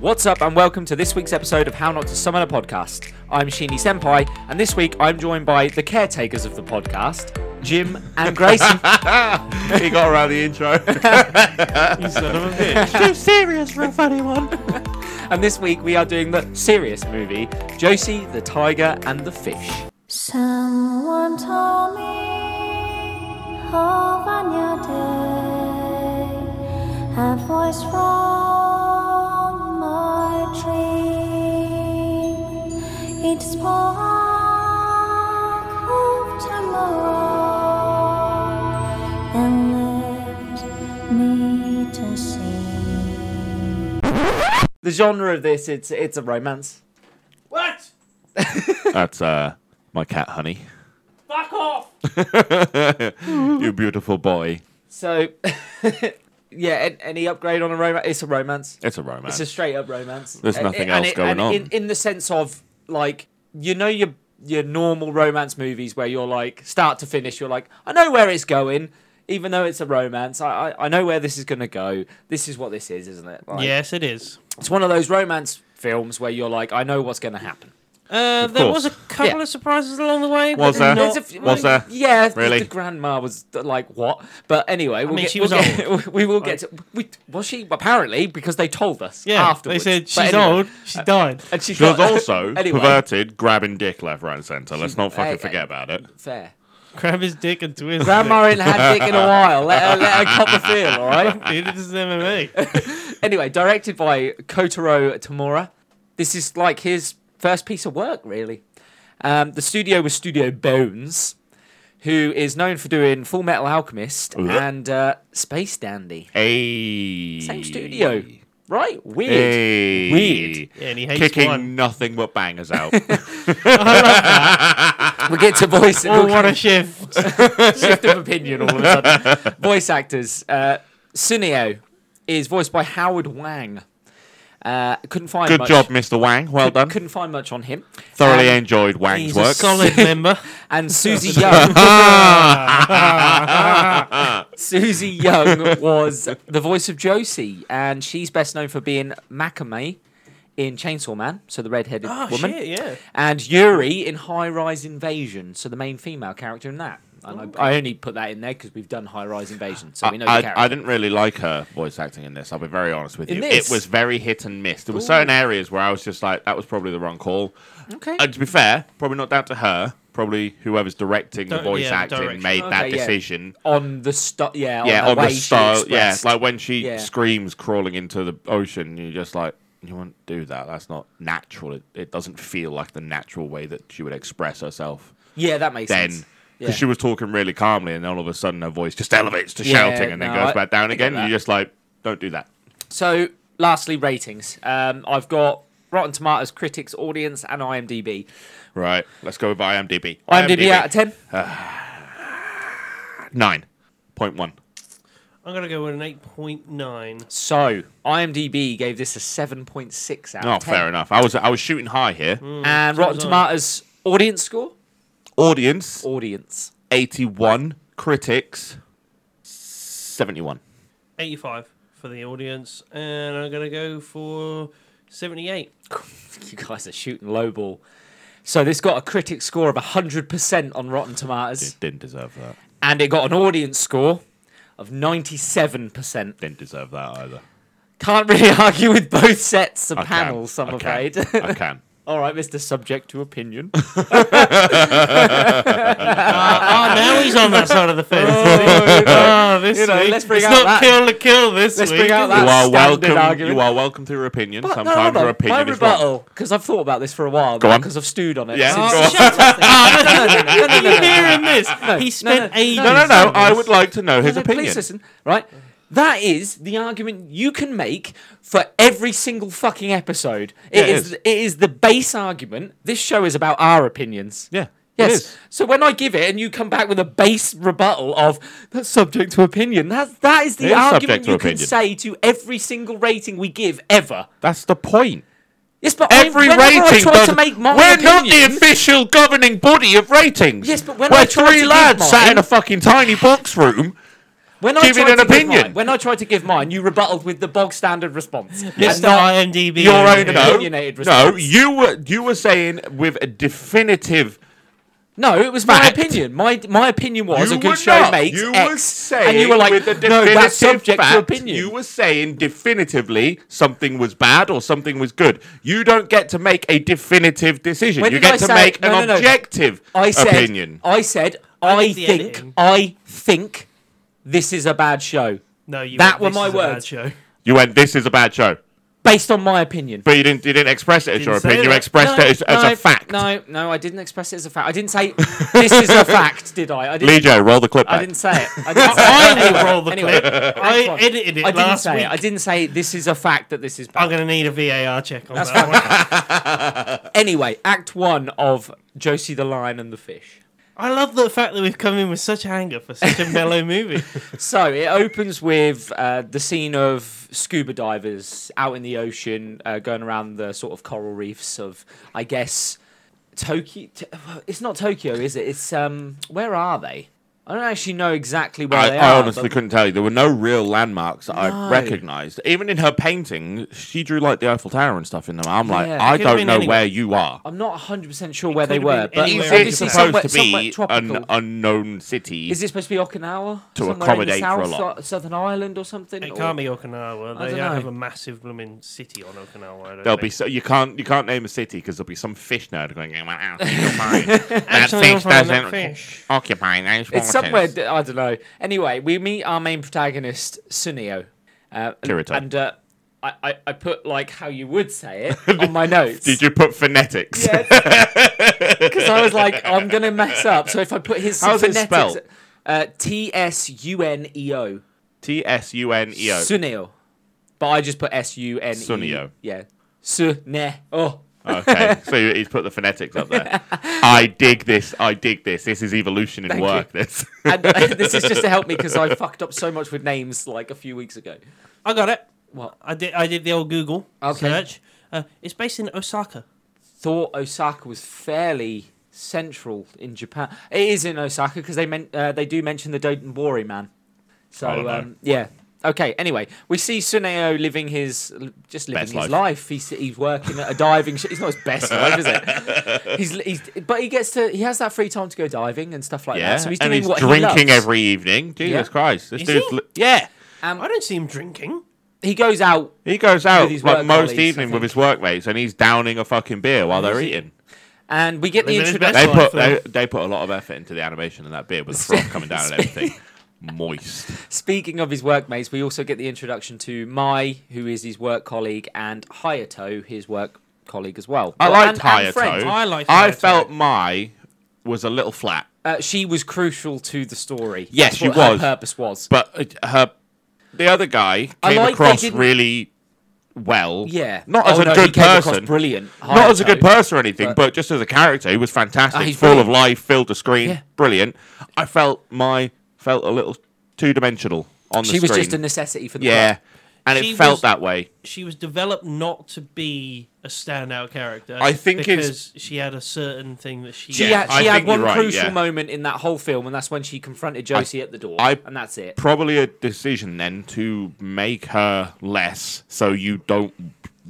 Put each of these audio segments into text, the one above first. What's up, and welcome to this week's episode of How Not to Summon a Podcast. I'm Sheeny Senpai, and this week I'm joined by the caretakers of the podcast, Jim and Grayson. he got around the intro. You son of a bitch. Too serious for a funny one. and this week we are doing the serious movie Josie, the Tiger, and the Fish. Someone told me of a new day, a voice from my dream. It spoke of tomorrow and left me to see. The genre of this it's it's a romance. What? That's uh, my cat, honey. Fuck off! You beautiful boy. So, yeah, an- any upgrade on a romance? It's a romance. It's a romance. It's a straight up romance. There's And- and nothing else it- going and on. In, in the sense of like you know your your normal romance movies where you're like start to finish you're like I know where it's going. Even though it's a romance, I, I, I know where this is going to go. This is what this is, isn't it? Like, Yes, it is. It's one of those romance films where you're like, I know what's going to happen. Uh, there course. was a couple Yeah. of surprises along the way. but Was there? not- There's a f- Was there? Yeah, the- Uh, Really? the grandma was uh, like, "What?" But anyway, we'll mean, get, she we'll was get- we will get. To, we, was she apparently because they told us yeah, afterwards? they said But she's anyway, old. She Uh, died. and she, She was got- also anyway, perverted, grabbing dick left, right, and centre. Let's not fucking Hey, hey. forget about it. Fair. Grab his dick and twist. Grandma ain't had dick in a while. Let her, let her cop the feel, all right? it. Neither does MMA. Anyway, directed by Kotaro Tamura. This is like his first piece of work, really. Um, the studio was Studio Bones, who is known for doing Full Metal Alchemist Ugh. and uh, Space Dandy. Hey. Same studio, right? Weird. Hey. Weird. Yeah, and he hates Kicking one. nothing but bangers out. We'll get to voice. Oh, we'll what a shift. shift of opinion all of a sudden. Voice actors. Uh, Sunio is voiced by Howard Wang. Uh, couldn't find Good much. job, Mr. Wang. Well done. Couldn't find much on him. Thoroughly Um, enjoyed Wang's He's a work. solid member. and Susie Young. Susie Young was the voice of Josie, and she's best known for being Makame in Chainsaw Man, so the red-headed Oh, woman, shit, yeah. and Yuri in High Rise Invasion, so the main female character in that. And I, I only put that in there because we've done High Rise Invasion, so we know I, the I- character. I didn't really like her voice acting in this. I'll be very honest with In you. this? It was very hit and miss. There were certain areas where I was just like, that was probably the wrong call. okay. And to be fair, probably not down to her. Probably whoever's directing the Don't- voice yeah, acting direction. made that Okay, yeah. decision. on the stu- yeah, Yeah, on, on way the she style. Yeah, expressed. like when she Yeah. screams crawling into the ocean, you're just like, you wouldn't do that. That's not natural. It, it doesn't feel like the natural way that she would express herself yeah, that makes then. sense. Yeah. Because she was talking really calmly, and all of a sudden her voice just elevates to Yeah, shouting and then no, goes I- back down I get again. that. And you're just like, don't do that. So, lastly, ratings. Um, I've got Rotten Tomatoes, critics, audience, and IMDb. Right, let's go with IMDb. IMDb, out of ten. 9.1. I'm going to go with an 8.9. So, IMDb gave this a seven point six out Oh, of ten. Mm. fair enough. I was I was shooting high here. And Rotten was I. Tomatoes audience score, Audience audience 81, critics 71. 85 for the audience. And I'm going to go for 78. you guys are shooting low ball. So this got a critic score of 100% on Rotten Tomatoes, Didn't deserve that. and it got an audience score of 97%. Didn't deserve that either. Can't really argue with both sets of I can, panels, I'm I afraid. can, I can. All right, Mr. Subject to Opinion. Oh, now he's on that side of the fence. oh, this You Ah. know, week. let's bring it's out not that- kill to kill this Let's week. bring out is that- You it? are standard welcome. argument. You are welcome to your opinion. But no, Sometimes hold on. your opinion My is wrong. rebuttal, because I've thought about this for a while Go on. because I've stewed on it. Yeah, since- go on. Oh, Shut up. No, no, no, no, no, Are no, you no, no. hearing this? no, he spent no. ages. No, no, no. on I this. would like to know his No, no, opinion. Please listen, right? That is the argument you can make for every single fucking episode. Yeah, it is, is. It is the base argument. This show is about our opinions. Yeah, it Yes. is. So when I give it and you come back with a base rebuttal of that's subject to opinion, that's that is the It is argument subject to you can opinion. say to every single rating we give ever. That's the point. Yes, but I- Every whenever rating. I try does- to make my we're not the opinions- official governing body of ratings. Yes, but when we're I try three to give lads sat mine- in a fucking tiny box room. When I Give it tried an to give opinion. mine- when I tried to give mine, you rebutted with the bog standard response. Yes, And not IMDb. your own Yeah. No, opinionated no, response. you were you were saying with a definitive. No, it was my Fact. opinion. My my opinion was you a good were show not. makes You X, were saying and you were like, with a no, definitive that's subject fact, to opinion. You were saying definitively something was bad or something was good. You don't get to make a definitive decision. When you did get I to say- make no, an no, no. objective I said, opinion. I said, I, think the think, editing- I think this is a bad show No, you. That went, were my "This is a bad words." Show. you went, "This is a bad show," based on my opinion. but you didn't. You didn't express it as Didn't your say opinion. You that. expressed no, it as, as no, a fact. No, no, I didn't express it as a fact. I didn't say this is a fact, did I? I didn't. Lejo, roll the clip I back. didn't say it. I didn't say it. I Anyway, will roll the anyway, clip. I edited it I didn't last say week. it. I didn't say this is a fact that this is bad. I'm gonna need a VAR check on that one. Anyway, Act One of Josie the Lion and the Fish. I love the fact that we've come in with such anger for such a mellow movie. So it opens with uh, the scene of scuba divers out in the ocean, uh, going around the sort of coral reefs of, I guess, Tokyo. T- it's not Tokyo, is it? It's um, where are they? I don't actually know exactly where I, they I are. honestly but- couldn't tell you. There were no real landmarks that No. I recognised. Even in her painting, she drew like the Eiffel Tower and stuff in them. I'm like, Yeah. I It could have don't been know anywhere. where you are. I'm not 100% sure where they could have were, been but anywhere it's in It's obviously supposed Japan. somewhere, to somewhere be tropical. an unknown city. is this supposed to be Okinawa? To Somewhere accommodate in for the south, a lot. so- Southern Island or something? It Or- can't be Okinawa. I don't They don't know. have a massive blooming city on Okinawa. I don't There'll be think. so you can't you can't name a city because there'll be some fish nerd going. "Oh, my, you're mine. that Actually, you're fish fine, that doesn't fish." occupy those It's waters." somewhere d- I don't know. Anyway, we meet our main protagonist Sunio. Uh, and- Kirito. And uh, I, I, I put like how you would say it on my notes. Did you put phonetics? Because I was like, I'm gonna mess up. So if I put his How's it phonetics- spelled? Uh, T S U N E O. T S U N E O. Sunio. But I just put S U N E. Sunio. Yeah. Suneo. Oh. Okay, so he's put the phonetics up there. I dig this. I dig this. This is evolution in Thank work. This. And uh, this is just to help me because I fucked up so much with names like a few weeks ago. I got it. What? I did. I did the old Google Okay. search. Uh, it's based in Osaka. thought Osaka was fairly central in Japan. It is in Osaka because they meant uh, they do mention the Dotonbori man. So Oh, I don't know. um, yeah. Okay. Anyway, we see Suneo living his just living Best his life. life. He's he's working at a diving. sh- It's not his best life, is it? He's, he's but he gets to he has that free time to go diving and stuff like Yeah, that. So he's and doing he's what he drinking loves. every evening. Jesus Yeah. Christ, this Is dude's he? li- yeah. I don't see him drinking. He goes out He goes out his work like most colleagues, I evening with his workmates, and he's downing a fucking beer while they're eating. and we get the Living his introduction. best They That's put fine, they, they put a lot of effort into the animation and that beer with the froth coming down and everything. Moist. Speaking of his workmates, we also get the introduction to Mai, who is his work colleague, and Hayato, his work colleague as well. I Well, liked and- and Hayato. friend. I liked I Hayato. felt my was a little flat, Uh, she was crucial to the story. Yes, That's she what her was. purpose was. but uh, her the other guy I came like they across didn't- really well. yeah. not Oh, as a no, he good came across person. Brilliant. Not as a Hayato. good person or anything, but, but- just as a character, he was fantastic, Ah, he's full of brilliant. life, filled the screen, Yeah. brilliant. I felt my felt a little two dimensional on the She screen. was just a necessity for the yeah, plot. and She it felt was- that way. She was developed not to be a standout character. I think it's- because she had a certain thing that she. She Yeah, had, I she had think you're one right, crucial yeah. moment in that whole film, and that's when she confronted Josie at the door, I- and that's it. Probably a decision then to make her less, so you don't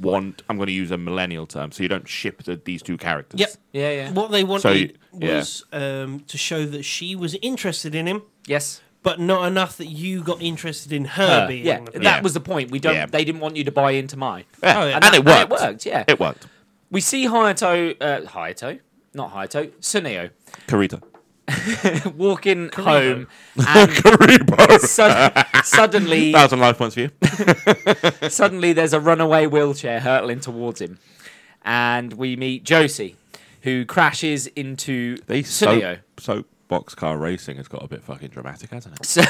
want. I'm going to use a millennial term, so you don't ship the, these two characters. Yep. Yeah, yeah. What they wanted yeah. was um, to show that she was interested in him, Yes. but not enough that you got interested in her, Her. being. Yeah, the that Yeah. was the point. We don't. Yeah. They didn't want you to buy into Mai. Yeah, Oh, yeah. and, And it that- and worked. it worked, yeah. it worked. We see Hayato, uh, Hayato, not Hayato, Suneo, Karita, walking home, Karibo. and Karibo. sud- suddenly, Thousand life points for you. suddenly, there's a runaway wheelchair hurtling towards him, and we meet Josie, who crashes into They Suneo. soap, soapbox car racing has got a bit fucking dramatic, hasn't it? So,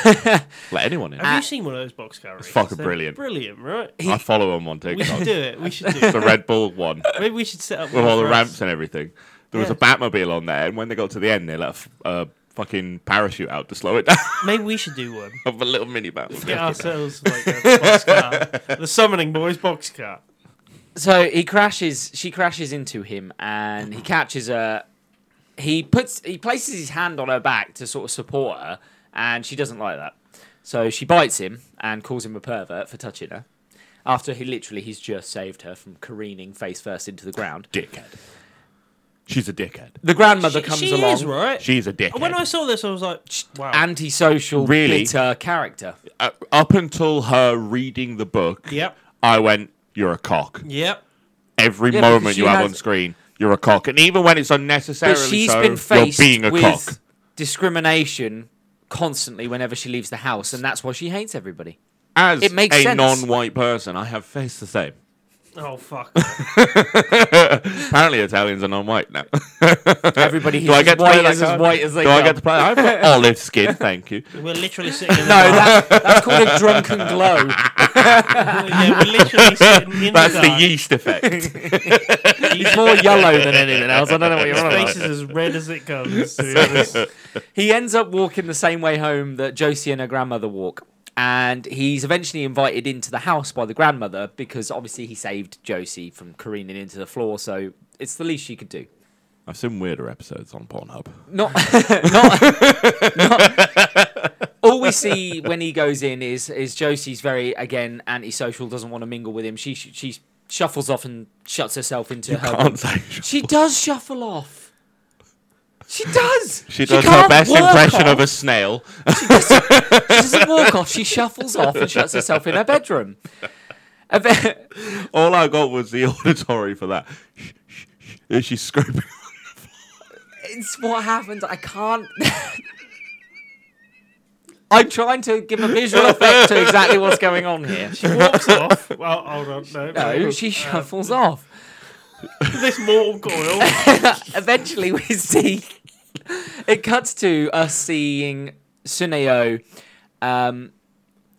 Let anyone in. Have you seen one of those box carriers? fucking brilliant. Brilliant, right? I follow him on We should TikTok. do it. We should do the it. Red Bull one Maybe we should set up with one all the for ramps us. and everything. There was Yeah. a Batmobile on there, and when they got to the end, they let a f- a fucking parachute out to slow it down. Maybe we should do one. of a little mini Batmobile. Get ourselves like a box car. The summoning boys box car. so he crashes. She crashes into him, and he catches her. He puts. He places his hand on her back to sort of support her, and she doesn't like that. So she bites him and calls him a pervert for touching her. After he literally, he's just saved her from careening face first into the ground. Dickhead. She's a dickhead. The grandmother comes she along, is right. She's a dickhead. when I saw this, I was like, wow. antisocial, Really? bitter character. Uh, up until her reading the book, Yep. I went, "You're a cock." yep. Every Yeah, because moment you she have has- on screen, you're a cock, and even when it's unnecessarily But she's so, been faced you're being a with cock. discrimination constantly whenever she leaves the house, and that's why she hates everybody. As it makes a sense. non-white person, I have faced the same. Oh fuck. Apparently, Italians are non-white now. Everybody Do I here's get to white play that is as card? white as they Do I come. get to play? I've got olive skin, thank you. We're literally sitting. In No, the that, that's called a drunken glow. dark. yeah, we're literally sitting in That's the, the dark. yeast effect. He's more yellow than anything else. I don't know what you're on His about. face is as red as it comes. To be honest. He ends up walking the same way home that Josie and her grandmother walk. And he's eventually invited into the house by the grandmother because obviously he saved Josie from careening into the floor, so it's the least she could do. I've seen weirder episodes on Pornhub. Not, not, not- All we see when he goes in is is Josie's very again antisocial, doesn't want to mingle with him. She she, she shuffles off and shuts herself into her. Can't say She does shuffle off. She does. She does her can't best work impression off. of a snail. She doesn't walk off. She shuffles off and shuts herself in her bedroom. Eve- All I got was the auditory for that. Shh, shh, shh. And She's scraping. It's what happened. I can't. I'm trying to give a visual effect to exactly what's going on here. She walks off. Well, hold on. No, No, Oh, she shuffles off. this mortal coil. Eventually, we see. It cuts to us seeing Suneo um,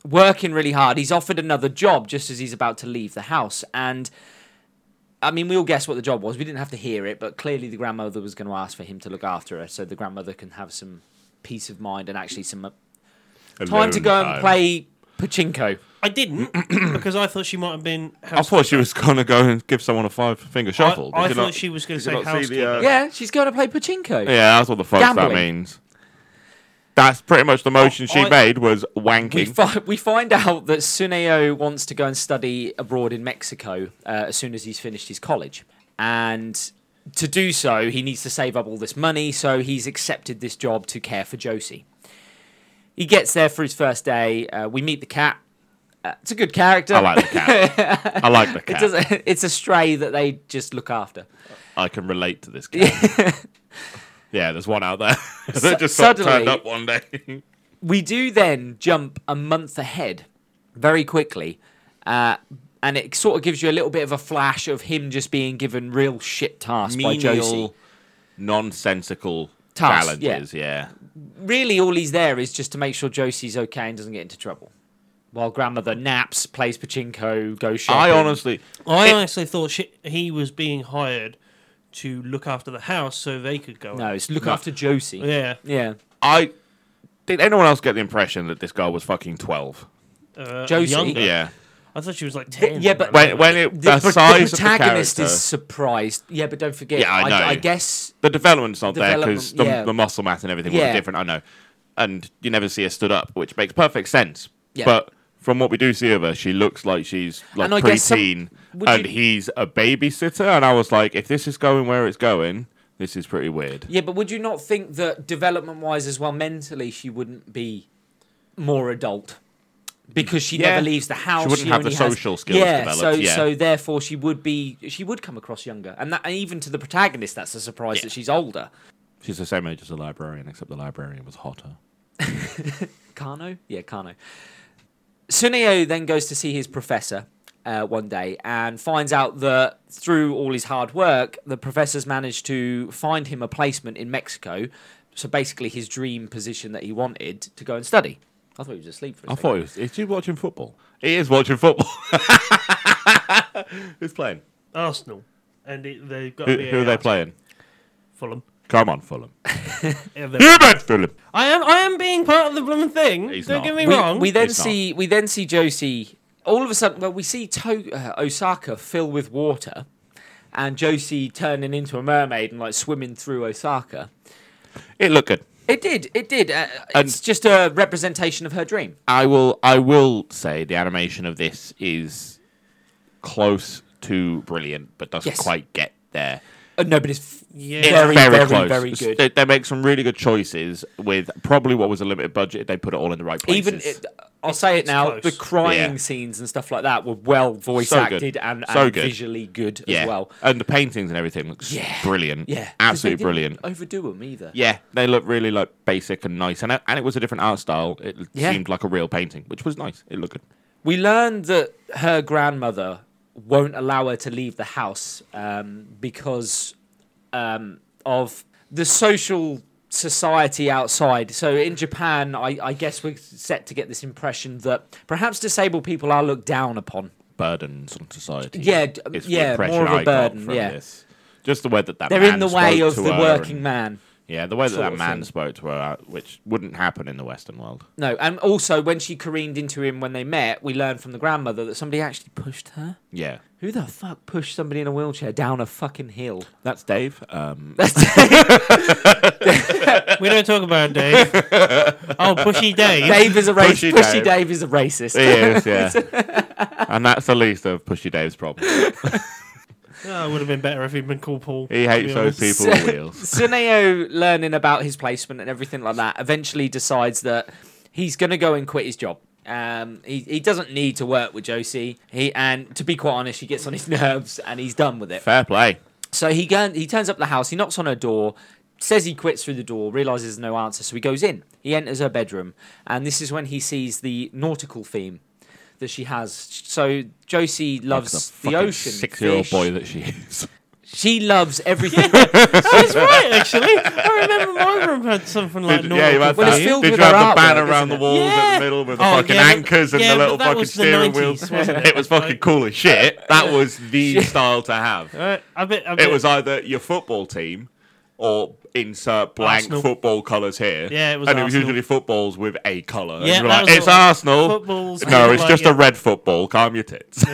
working really hard. He's offered another job just as he's about to leave the house. And I mean, we all guessed what the job was. We didn't have to hear it, but clearly the grandmother was going to ask for him to look after her so the grandmother can have some peace of mind and actually some uh, time to go and play pachinko. I didn't because I thought she might have been. I thought she was gonna go and give someone a five finger shuffle. I, I Did you thought not- she was going to did you say not see the, housekeeper. uh, Yeah, she's going to play pachinko. Yeah, that's what the fuck that Gambling. Oh, means. That's pretty much the motion she I- made was We, wanking. fi- we find out that Suneo wants to go and study abroad in Mexico uh, as soon as he's finished his college. And to do so, he needs to save up all this money, so he's accepted this job to care for Josie. He gets there for his first day. Uh, we meet the cat. Uh, it's a good character. I like the cat. I like the it cat. doesn't, it's a stray that they just look after. I can relate to this cat. yeah, there's one out there that just got suddenly- turned up one day. we do then jump a month ahead very quickly. Uh, and it sort of gives you a little bit of a flash of him just being given real shit tasks by Josie. Menial, nonsensical Tasks, yeah. challenges. Yeah. Really, all he's there is just to make sure Josie's okay and doesn't get into trouble. While grandmother naps, plays pachinko, goes I shopping. honestly, I honestly thought she, he was being hired to look after the house so they could go. no, out. it's look after Josie. Yeah. yeah. I did. Anyone else get the impression that this guy was fucking twelve? Uh, Josie. younger. Yeah. I thought she was like ten. yeah, but- When when it the, The, pro- the protagonist size of the character, is surprised. Yeah, but don't forget. Yeah, I know. I, guess the development's not there 'cause Development, there because the, yeah. the muscle mass and everything Yeah. was different. I know, and you never see her stood up, which makes perfect sense. Yeah. But from what we do see of her, she looks like she's like And I guess some- preteen, would and you- he's a babysitter. And I was like, if this is going where it's going, this is pretty weird. Yeah, but would you not think that development wise as well, mentally, she wouldn't be more adult? Because she Yeah. never leaves the house. wouldn't have the only has- social skills yeah, developed, So, yeah. so therefore she would be she would come across younger. And that and even to the protagonist that's a surprise that she's older. She's the same age as the librarian, except the librarian was hotter. Kano? Yeah, Kano. Suneo then goes to see his professor uh, one day and finds out that through all his hard work, the professor's managed to find him a placement in Mexico. So basically, his dream position that he wanted to go and study. I thought he was asleep for a I second. thought it was. Is he watching football? He is watching football. Who's playing? Arsenal, and it, they've got Oh, Who, to be who are they Arsenal. playing? Fulham. Come on, Fulham. Yeah, they're- You bet, Fulham. I am. I am being part of the blooming thing. He's Don't not. get me we, wrong. we then It's not. see we then see Josie. All of a sudden, well, we see to- uh, Osaka fill with water, and Josie turning into a mermaid and like swimming through Osaka. It looked good. It did. It did. Uh, And- it's just a representation of her dream. I will I will say the animation of this is close to brilliant, but doesn't Yes. quite get there. Uh, no, but it's f- Yeah. It's very, very, very, close. very It's- good. They, they make some really good choices with probably what was a limited budget. They put it all in the right places. even it, I'll say it it's now. close. The crying Yeah. scenes and stuff like that were well voice So good. acted and, So and good. visually good yeah, as well. and the paintings and everything looks Yeah. brilliant. Yeah, 'cause absolutely they didn't brilliant. Overdo them either. Yeah, they look really like basic and nice, and it, and it was a different art style. It Yeah. seemed like a real painting, which was nice. It looked good. We learned that her grandmother won't allow her to leave the house um, because um, of the social society outside. So in Japan, I, I guess we're set to get this impression that perhaps disabled people are looked down upon. burdens on society. Yeah, d- um, It's the yeah, impression more of a I got burden, from yeah. this. Just the way that that They're man in the way spoke of to the her working and- man. Yeah, the way that sort that of man thing. spoke to her, uh, which wouldn't happen in the Western world. No, and also when she careened into him when they met, we learned from the grandmother that somebody actually pushed her. Yeah, Who the fuck pushed somebody in a wheelchair down a fucking hill? that's Dave. Um, we don't talk about it, Dave. oh, pushy Dave. Dave is a racist. Pushy Pushy Dave. Dave. is a racist. it is, yeah, and that's the least of Pushy Dave's problem. Oh, it would have been better if he'd been called Paul. He to hates be those honest. people with wheels. Suneo learning about his placement and everything like that eventually decides that he's going to go and quit his job. Um, he, he doesn't need to work with Josie. He and to be quite honest, she gets on his nerves and he's done with it. Fair play. So he go, he turns up the house. He knocks on her door, says he quits through the door, realizes no answer, so he goes in. He enters her bedroom, and this is when he sees the nautical theme that she has. So Josie loves the ocean. Six-year-old fish. boy that she is. She loves everything. That's right, actually. I remember my room had something like normal. yeah, you had Well, that. it's filled Did with you have her the banner artwork, around the isn't it? walls in Yeah. the middle with the Oh, fucking yeah, but- anchors and the yeah, but little that fucking was the steering 90s, wheels? wasn't It was fucking cool as shit. That was the style to have. All right, I bet, I bet, It was either your football team or insert blank Arsenal. football colours here. Yeah, it was And it was Arsenal. usually footballs with a colour. And Yeah, you were that like, was it's what- Arsenal. footballs No, look it's like just a it. red football. Calm your tits.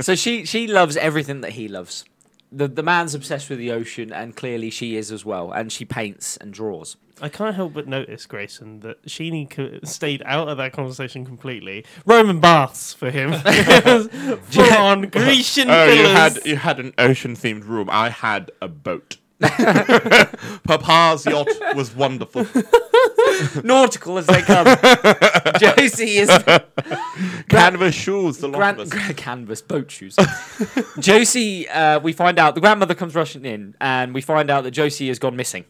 so she she loves everything that he loves. The the man's obsessed with the ocean, and clearly she is as well. And she paints and draws. I can't help but notice, Grayson, that Sheeny co- stayed out of that conversation completely. Roman baths for him. Full on Grecian Oh, you villas. had you had an ocean themed room. I had a boat. Papa's yacht was wonderful. Nautical as they come. Josie is Canvas shoes, the lot Gran- of us. gra- canvas boat shoes. Josie, uh, we find out the grandmother comes rushing in, and we find out that Josie has gone missing.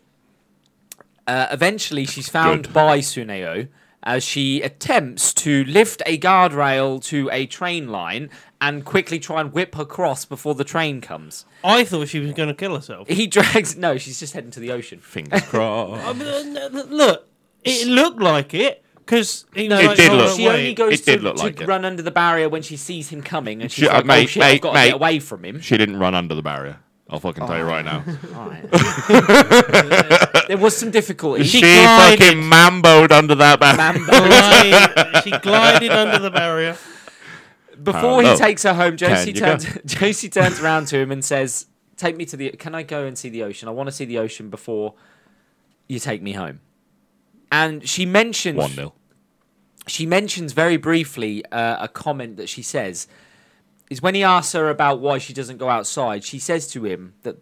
Uh, eventually, she's found Good. by Suneo as she attempts to lift a guardrail to a train line and quickly try and whip her cross before the train comes. I thought she was going to kill herself. He drags. No, she's just heading to the ocean. Fingers I crossed. mean, uh, n- n- look, it looked like it because he No, was It like, oh, did "Hold look- on, She only wait." goes It did to, look to like it. run under the barrier when she sees him coming, and she's Shit, like, mate, "Oh shit, mate, I've got to mate." get away from him." she didn't run under the barrier. I'll fucking tell you right now. All right. there was some difficulty. She, glided. fucking mamboed under that barrier. Mambo. Glide- she glided under the barrier. Before Hello. he takes her home, Josie Oh. you go? turns Josie turns around to him and says, "Take me to the. Can I go and see the ocean? I want to see the ocean before you take me home." And she mentions One nil. she mentions very briefly uh, a comment that she says is when he asks her about why she doesn't go outside. She says to him that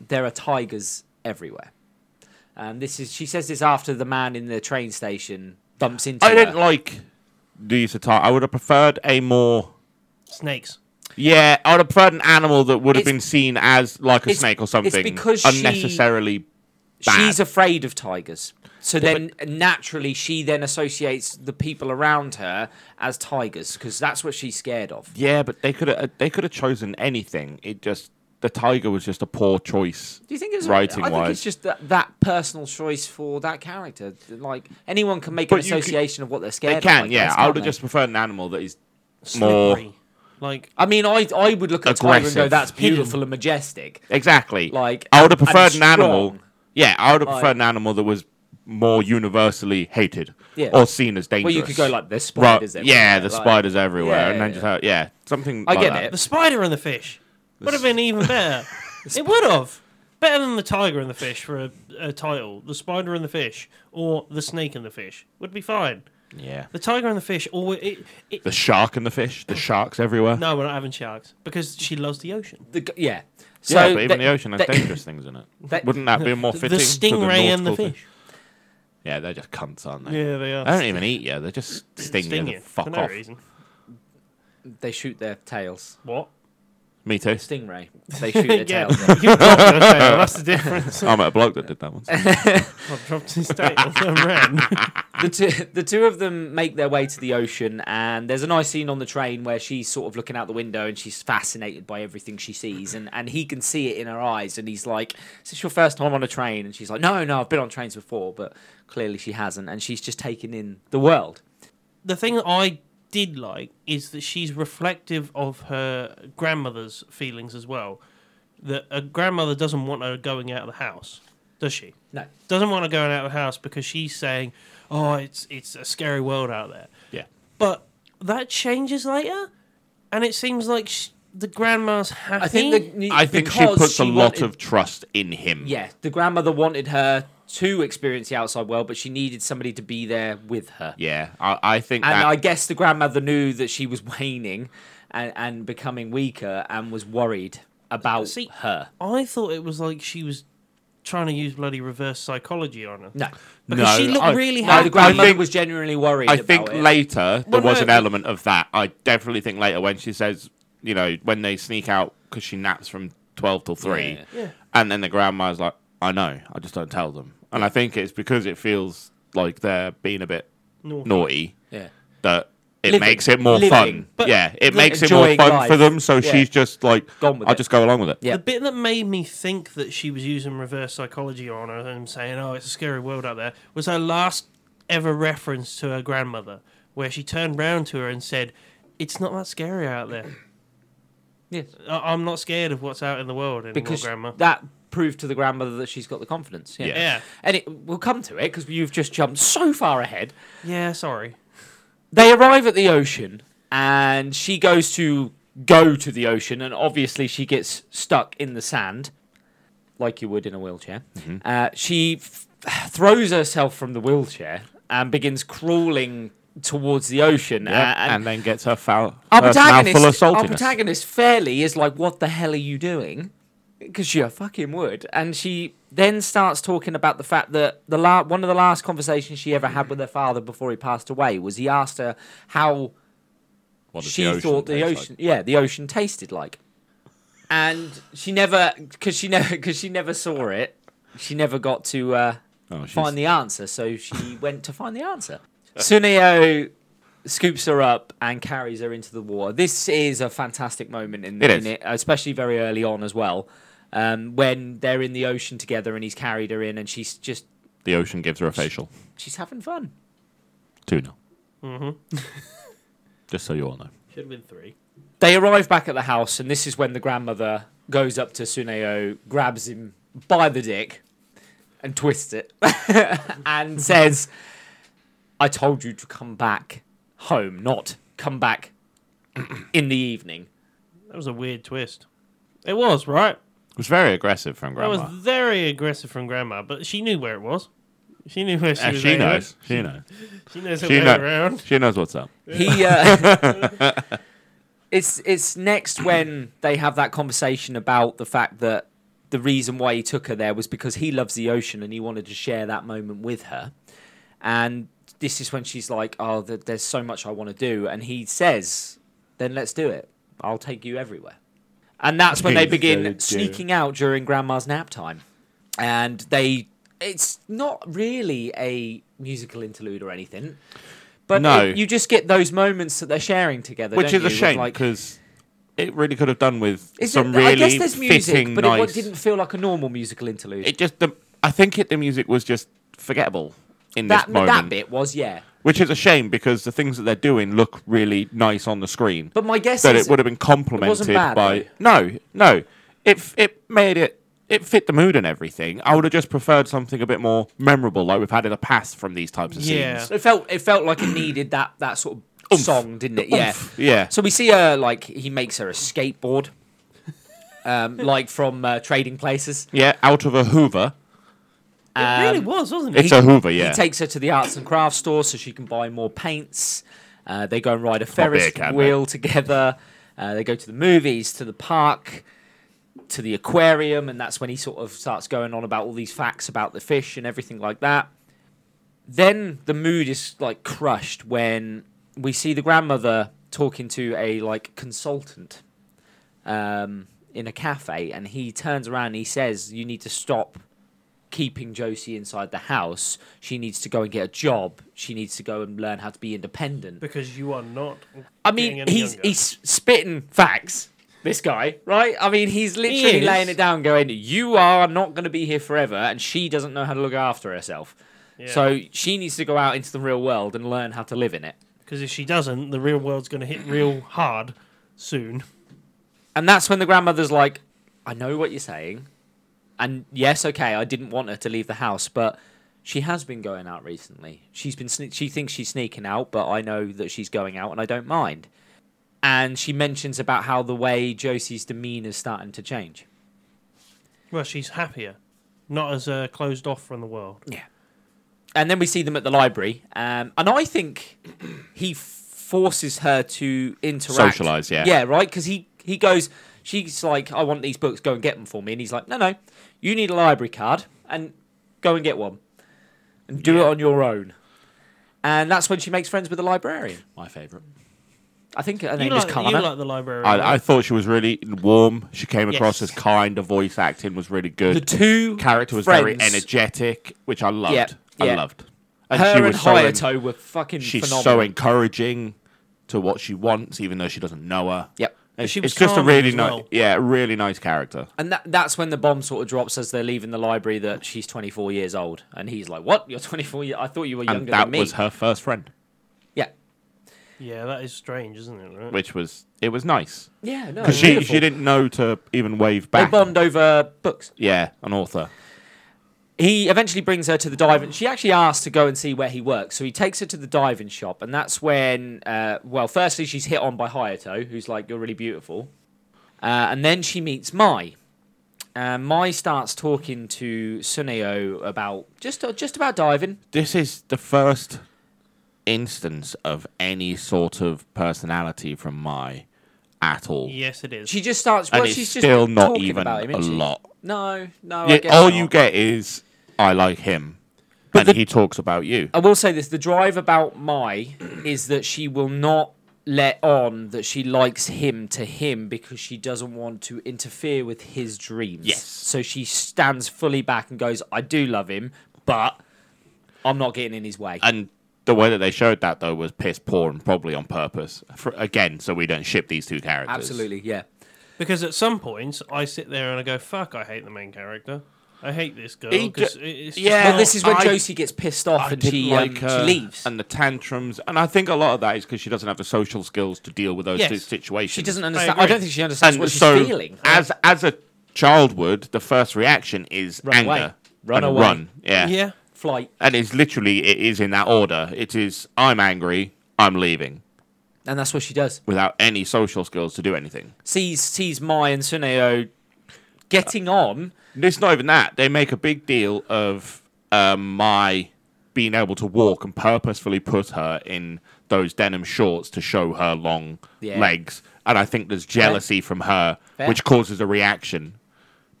there are tigers everywhere, and this is she says this after the man in the train station bumps into I her. didn't like the use of time. I would have preferred a more. Snakes. Yeah, I would have preferred an animal that would have It's- been seen as like a it's- snake or it's something. because she- unnecessarily bad. she's afraid of tigers. So then naturally she then associates the people around her as tigers because that's what she's scared of. yeah, but they could have they could have chosen anything. It just the tiger was just a poor choice. Do you think it's writing I think wise? it's just that, that personal choice for that character. Like anyone can make an But you could- association of what they're scared they of. can. I yeah, guess, I would can't have they? just preferred an animal that is more Slippery. Like, I mean, I I would look at a tiger and go, Aggressive. "That's Hidden. beautiful and majestic." Exactly. Like, I would have and- and preferred an animal. strong. Yeah, I would have preferred Like- an animal that was more universally hated Yeah. or seen as dangerous. Well, you could go like, "There's Right, spiders." everywhere," yeah, the like- spiders everywhere, Yeah, and then yeah, just have, yeah, something. I like get that. it. the spider and the fish. Would have been even better. it would have. Better than the tiger and the fish for a, a title, the spider and the fish, or the snake and the fish would be fine. Yeah. The tiger and the fish, or it, it, The shark and the fish. The sharks everywhere. no, we're not having sharks because she loves the ocean. The, g- yeah. So yeah, but even they- the ocean has they- dangerous things in it. that- Wouldn't that be more fitting? the to stingray and the nautical thing? fish. Yeah, they're just cunts, aren't they? Yeah, they are. They don't even eat you. They just sting, Sting you. you to Fuck for no off. reason. they shoot their tails. What? Me too. Stingray. They shoot their Yeah. tails. off. You dropped your tail. That's the difference. I I met a bloke that did that once. dropped his tail and ran. the two, the two of them make their way to the ocean, and there's a nice scene on the train where she's sort of looking out the window and she's fascinated by everything she sees, and, and he can see it in her eyes, and he's like, "Is this your first time on a train?" And she's like, "No, no, I've been on trains before, but clearly she hasn't," and she's just taking in the world. the thing that I did like is that she's reflective of her grandmother's feelings as well. That a grandmother doesn't want her going out of the house, does she? No, Doesn't want her going out of the house because she's saying, "Oh, it's it's a scary world out there." yeah. But that changes later, and it seems like sh the grandma's happy. I think the, I think she because puts a lot wanted- of trust in him. yeah. The grandmother wanted her to experience the outside world, but she needed somebody to be there with her. Yeah. I, I think And that, I guess the grandmother knew that she was waning and, and becoming weaker and was worried about See- her. I thought it was like she was trying to use bloody reverse psychology on her. No. No, because she looked I- really No, happy. the grandmother I think- was genuinely worried I about think it. later there Well, was no, an but- element of that. I definitely think later when she says, you know, when they sneak out because she naps from twelve till three, Yeah, yeah. Yeah. and then the grandma's like, "I know, I just don't tell them." And I think it's because it feels like they're being a bit Naughty. naughty Yeah. that it Living. makes it more Living. fun. But yeah, it the- makes it more enjoying fun life. for them. So Yeah. she's just like, Gone with "I'll it." just go along with it." Yeah. The bit that made me think that she was using reverse psychology on her and saying, "Oh, it's a scary world out there," was her last ever reference to her grandmother, where she turned round to her and said, "It's not that scary out there. Yes. I- I'm not scared of what's out in the world anymore, Because Grandma." that proved to the grandmother that she's got the confidence. Yeah. Yeah. yeah, And it, we'll come to it because you've just jumped so far ahead. yeah. Sorry. they arrive at the ocean and she goes to go to the ocean and obviously she gets stuck in the sand like you would in a wheelchair Mm-hmm. uh, she f- throws herself from the wheelchair and begins crawling towards the ocean Yeah, uh, and, and then gets her foul. our her mouthful of protagonist, our saltiness. protagonist fairly is like, "What the hell are you doing?" Because she a fucking would, and she then starts talking about the fact that the la- one of the last conversations she ever had with her father before he passed away was he asked her how What does she the ocean thought the taste like? ocean, yeah, the ocean tasted like, and she never, because she never, because she never saw it, she never got to uh, Oh, she's- find the answer. So she went to find the answer. Sunio scoops her up and carries her into the water. This is a fantastic moment in the It is. in it, especially very early on as well, um, when they're in the ocean together and he's carried her in and she's just the ocean gives her a facial. she's having fun. Tuna. Mm-hmm. Just so you all know. Should have been three. They arrive back at the house and this is when the grandmother goes up to Suneo, grabs him by the dick and twists it and says, "I told you to come back home, not come back." In the evening, That was a weird twist. It was right. It was very aggressive from That Grandma. was very aggressive from Grandma, but she knew where it was. She knew where she Yeah, was. Uh, she aiming. knows. She knows. She knows her She, way know, around. she knows what's up. he uh, it's it's next when they have that conversation about the fact that the reason why he took her there was because he loves the ocean and he wanted to share that moment with her and this is when she's like oh th- there's so much i want to do and he says then let's do it i'll take you everywhere and that's when they He's begin gonna do sneaking out during grandma's nap time and they it's not really a musical interlude or anything but No. it- you just get those moments that they're sharing together Which don't is a you? With, shame like because it really could have done with is some it, really I guess there's music, fitting, but it wa- nice. didn't feel like a normal musical interlude. It just the, I think it, the music was just forgettable in that this moment, that bit was yeah. which is a shame because the things that they're doing look really nice on the screen. But my guess that is it would have been complemented wasn't bad, by no, no. It f- it made it it fit the mood and everything. I would have just preferred something a bit more memorable, like we've had in the past from these types of Yeah. scenes. it felt it felt like it needed that that sort of song, didn't it? Yeah. Yeah. So we see her like he makes her a skateboard. um, like from uh, Trading Places. Yeah, out of a Hoover. it really was, wasn't it? Um, It's a Hoover, yeah. He takes her to the arts and crafts store so she can buy more paints. Uh, they go and ride a not beer Ferris can, wheel together. Uh, they go to the movies, to the park, to the aquarium, and that's when he sort of starts going on about all these facts about the fish and everything like that. Then the mood is like crushed when we see the grandmother talking to a like consultant um, in a cafe, and he turns around and he says, "You need to stop keeping Josie inside the house. She needs to go and get a job. She needs to go and learn how to be independent. Because you are not. I getting mean, any he's younger. he's spitting facts. This guy, right? I mean, he's literally is. laying it down, going, "You are not going to be here forever," and she doesn't know how to look after herself. Yeah. So she needs to go out into the real world and learn how to live in it. Because if she doesn't, the real world's going to hit real hard soon. And that's when the grandmother's like, I know what you're saying. And yes, okay, I didn't want her to leave the house, but she has been going out recently. She's been sne- she thinks she's sneaking out, but I know that she's going out and I don't mind. And she mentions about how the way Josie's demeanor is starting to change. Well, she's happier, not as uh, closed off from the world. And then we see them at the library. Um, and I think he f- forces her to interact. Socialise, yeah. Yeah, right? Because he, he goes, she's like, I want these books, go and get them for me. And he's like, no, no, you need a library card and go and get one and do it on your own. And that's when she makes friends with the librarian. My favourite. I think her You name like, is you Kana. like the librarian. I, I thought she was really warm. She came across as Yes. kind. The voice acting was really good. the two character was friends, very energetic, which I loved. Yeah, yeah. I loved. Her and, so en- Hayato were fucking she's so phenomenal. encouraging to what she wants, even though she doesn't know her. Yep. It's, she was it's just a charming really as nice, well. yeah, a really nice character. And that, that's when the bomb sort of drops as they're leaving the library that she's 24 years old. And he's like, What? You're 24 years I thought you were younger and that than me. was her first friend, Yeah. yeah, that is strange, isn't it? Right? which was it was nice Yeah, no. because she she didn't know to even wave They back. bond over books. Yeah, an author. He eventually brings her to the dive, and she actually asks to go and see where he works. So he takes her to the diving shop, and that's when, uh, well, firstly she's hit on by Hayato, who's like, "You're really beautiful," uh, and then she meets Mai. Uh, Mai starts talking to Suneo about just uh, just about diving. This is the first instance of any sort of personality from Mai at all. Yes, it is. She just starts. Well, and it's she's just still not talking even about him, a isn't she? lot. No, no. I Yeah, guess all not. you get is I like him, and he talks about you. I will say this: the drive about Mai is that she will not let on that she likes him to him because she doesn't want to interfere with his dreams. Yes. So she stands fully back and goes, "I do love him, but I'm not getting in his way." And the way that they showed that though was piss poor and probably on purpose. For, again, so we don't ship these two characters. Absolutely, yeah. Because at some points, I sit there and I go, "Fuck, I hate the main character. I hate this girl." He 'cause ju- it- it's just yeah. Well, not- this is when I- uh, Josie gets pissed off and she um, she leaves. and the tantrums, and I think a lot of that is because she doesn't have the social skills to deal with those Yes. two situations. she doesn't understand. I, agree. don't think she understands and what so she's feeling. as as a child would, the first reaction is Run anger, away. Run and away. run. Yeah, yeah. Flight, and it's literally it is in that order. It is I'm angry, I'm leaving, and that's what she does. without any social skills to do anything. Sees sees Mai and Suneo getting on. And it's not even that. They make a big deal of um, my being able to walk and purposefully put her in those denim shorts to show her long Yeah. legs. And I think there's jealousy from her, Fair. which causes a reaction.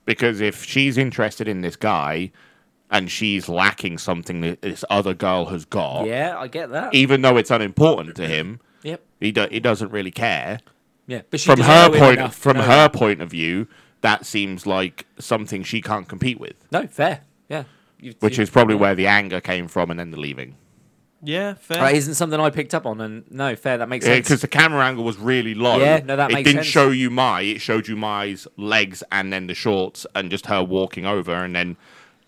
Because if she's interested in this guy and she's lacking something that this other girl has got, Yeah, I get that. even though it's unimportant to him, Yep. he, do- he doesn't really care. Yeah, but she from doesn't her know him point enough to from know her point of view, that seems like something she can't compete with, that. No, fair. Yeah, You've- which you- is probably where the anger came from, and then the leaving. Yeah, fair. that isn't something I picked up on. And no, fair. That makes sense. Because the camera angle was really low. Yeah, no, that it makes didn't sense. show you Mai. It showed you Mai's legs and then the shorts and just her walking over, and then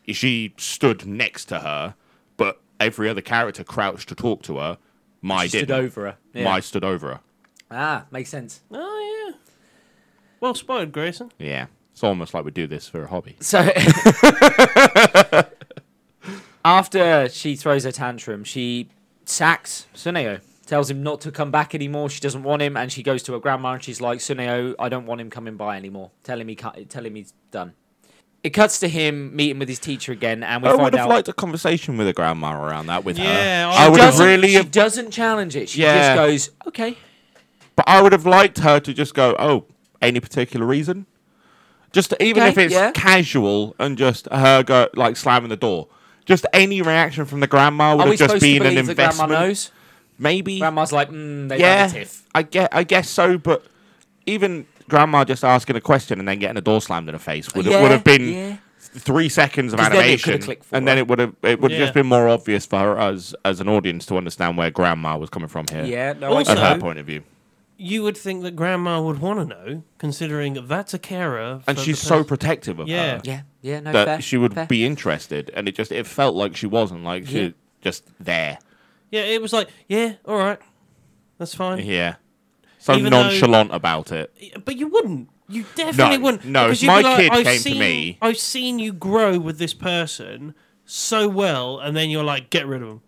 she stood next to her, but every other character crouched to talk to her. Mai She did. stood over her. Yeah. Mai stood over her. Ah, makes sense. Oh yeah. Well spotted, Grayson. Yeah, it's almost like we do this for a hobby. So after she throws her tantrum, she sacks Suneo tells him not to come back anymore. She doesn't want him, and she goes to her grandma and she's like, "Suneo, I don't want him coming by anymore. Tell him he can't, tell him he's done." It cuts to him meeting with his teacher again, and we I would find have out. liked a conversation with a grandma around that with her. Yeah, I I would have doesn't- really, she doesn't challenge it. She Yeah. just goes, "Okay." but I would have liked her to just go, "Oh, any particular reason?" Just even Okay, if it's yeah. casual and just her go like slamming the door. Just any reaction from the grandma would Are we have just supposed to been believe an that investment. grandma knows? Maybe. Grandma's like, mm, they yeah. yeah, done a tiff. I get, I guess so. But even grandma just asking a question and then getting a door slammed in her face would Yeah, would have been yeah. three seconds of 'Cause then it animation, could've clicked for and then her. it would have it would have Yeah. just been more obvious for her as as an audience to understand where grandma was coming from here. Yeah, no, Also- I get at it. her So- point of view, You would think that grandma would want to know, considering that that's a carer. and for she's the so person- protective of Yeah. her Yeah, yeah, no, that fair, she would fair. be interested, and it just it felt like she wasn't like she Yeah. just there. yeah, it was like, yeah, all right, that's fine. Yeah, so Even though- nonchalant about it. But you wouldn't. You definitely No, wouldn't. no, because if you'd be my like, kid I've came to seen, me- I've seen you grow with this person so well, and then you're like, get rid of him.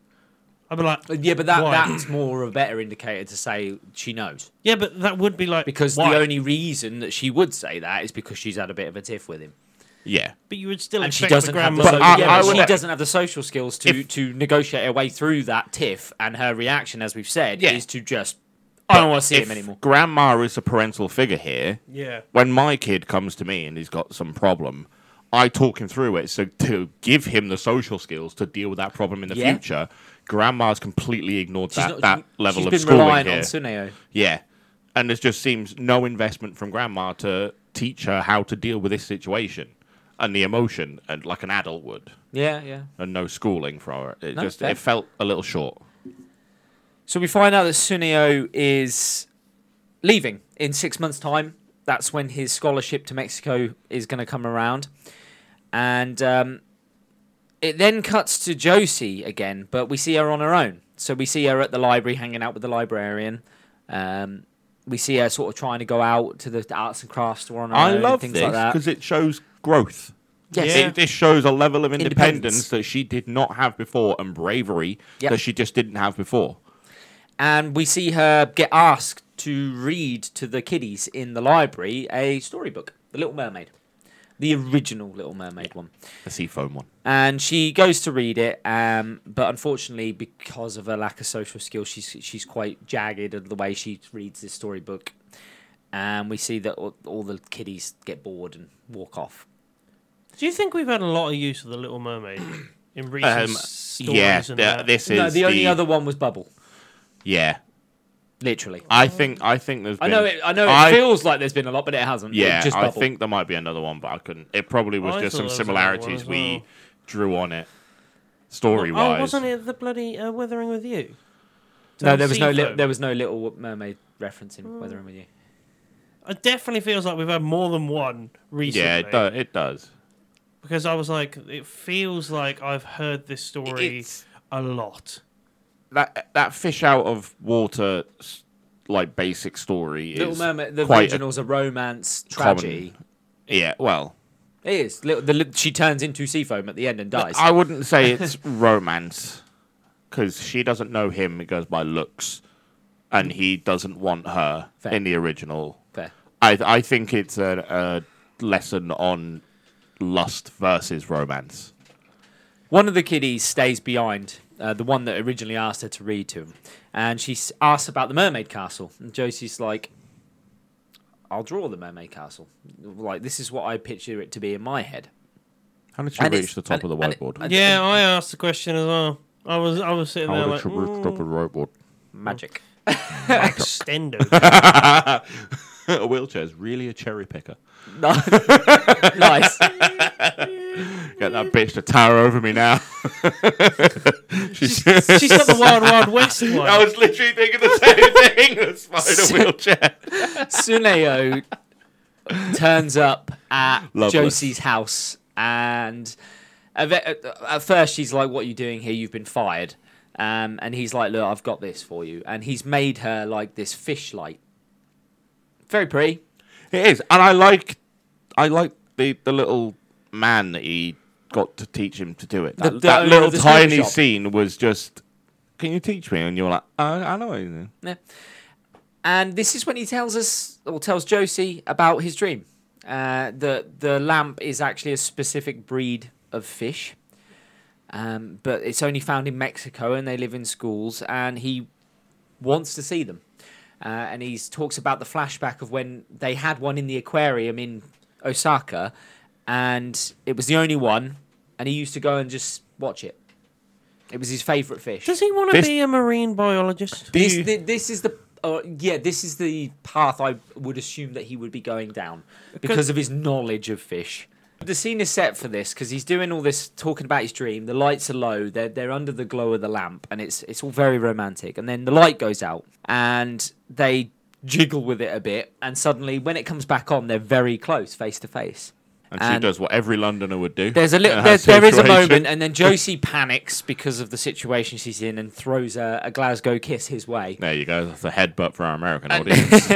I'd be like, Yeah, but that, why? that's more a better indicator to say she knows. yeah, but that would be like Because why? the only reason that she would say that is because she's had a bit of a tiff with him. Yeah, but you would still And she expect the doesn't have the, grandma. so- But I- yeah, I but would- she doesn't have the social skills to, If- to negotiate her way through that tiff and her reaction, as we've said, Yeah. is to just I don't want to see if him anymore. grandma is a parental figure here, yeah, when my kid comes to me and he's got some problem, I talk him through it so to give him the social skills to deal with that problem in the Yeah. future. Grandma's completely ignored She's that, not- that she's level of been schooling relying here. on Suneo. yeah, and it just seems no investment from grandma to teach her how to deal with this situation and the emotion, and like an adult would, Yeah, yeah. and no schooling for her. It No, just fair. it felt a little short. So we find out that Sunio is leaving in six months' time. That's when his scholarship to Mexico is going to come around. And um, it then cuts to Josie again, but we see her on her own. So we see her at the library hanging out with the librarian. Um, we see her sort of trying to go out to the arts and crafts store on her I own, love things this like that. because it shows growth. Yes. It, this shows a level of independence, Independence. that she did not have before and bravery Yep. that she just didn't have before. and we see her get asked to read to the kiddies in the library a storybook, The Little Mermaid, the original Little Mermaid one. The seafoam one. And she goes to read it, um, but unfortunately, because of her lack of social skills, she's she's quite jagged of the way she reads this storybook. And we see that all, all the kiddies get bored and walk off. Do you think we've had a lot of use of the Little Mermaid in recent Um, stories? yeah, and th- that? this is no, the only other one was Bubble, Yeah, literally. I think I think there's. I been- know it. I know it I- feels like there's been a lot, but it hasn't. It Yeah, just I Bubble. think there might be another one, but I couldn't. It probably was I just thought some there was another one similarities as we well. drew on it, Oh, story wise. wasn't it the bloody uh, Weathering with You? No, there was no Seafoam. li- there was no Little Mermaid reference in Weathering with You. It definitely feels like we've had more than one recently. Yeah, it, do- it does. Because I was like, it feels like I've heard this story It's- a lot. That that fish out of water, s- like basic story Little is Mermaid, the quite a original's a romance common- tragedy. Yeah, well, It is. Little, the, li- she turns into seafoam at the end and dies. I wouldn't say it's romance because she doesn't know him. It goes by looks, and he doesn't want her Fair. in the original. Fair. I I think it's a, a lesson on lust versus romance. One of the kiddies stays behind, uh, the one that originally asked her to read to him, and she s- asks about the mermaid castle. And Josie's like, "I'll draw the mermaid castle. Like this is what I picture it to be in my head." How did she And it's- reach the top and- of the and it- whiteboard? and- Yeah, I asked the question as well. I was I was sitting there How did like, she reach the mm, top of the whiteboard? Magic. extendo. a wheelchair's really a cherry picker. nice. Get Mm. that bitch to tower over me now. She's, She's got the Wild Wild West one. I was literally thinking the same thing. The spider wheelchair. Suneo turns up at Lovelace. Josie's house, and at, at at first she's like, "What are you doing here? You've been fired." Um, and he's like, "Look, I've got this for you," and he's made her like this fish light. Very pretty. It is, and I like, I like the the little man that he got to teach him to do it. That, The- the that owner little of the smoke tiny shop. scene was just Can you teach me? And you're like, "Uh, I, I know anything. Yeah. And this is when he tells us, or tells Josie about his dream. Uh, the the lamp is actually a specific breed of fish, um, but it's only found in Mexico, and they live in schools. And he wants to see them, uh, and he talks about the flashback of when they had one in the aquarium in Osaka, and it was the only one, and he used to go and just watch it. It was his favorite fish. Does he want to This- be a marine biologist? Do This, you- thi- this is the uh, yeah. This is the path I would assume that he would be going down because of his knowledge of fish. The scene is set for this because he's doing all this talking about his dream. The lights are low; they're they're under the glow of the lamp, and it's it's all very romantic. And then the light goes out, and they jiggle with it a bit, and suddenly when it comes back on, they're very close, face to face. and, she And- does what every Londoner would do. There's a in little. There, her there is a Uh-huh, situation. moment, uh, and then Josie panics because of the situation she's in, and throws a, a Glasgow kiss his way. There you go. That's a headbutt for our American audience.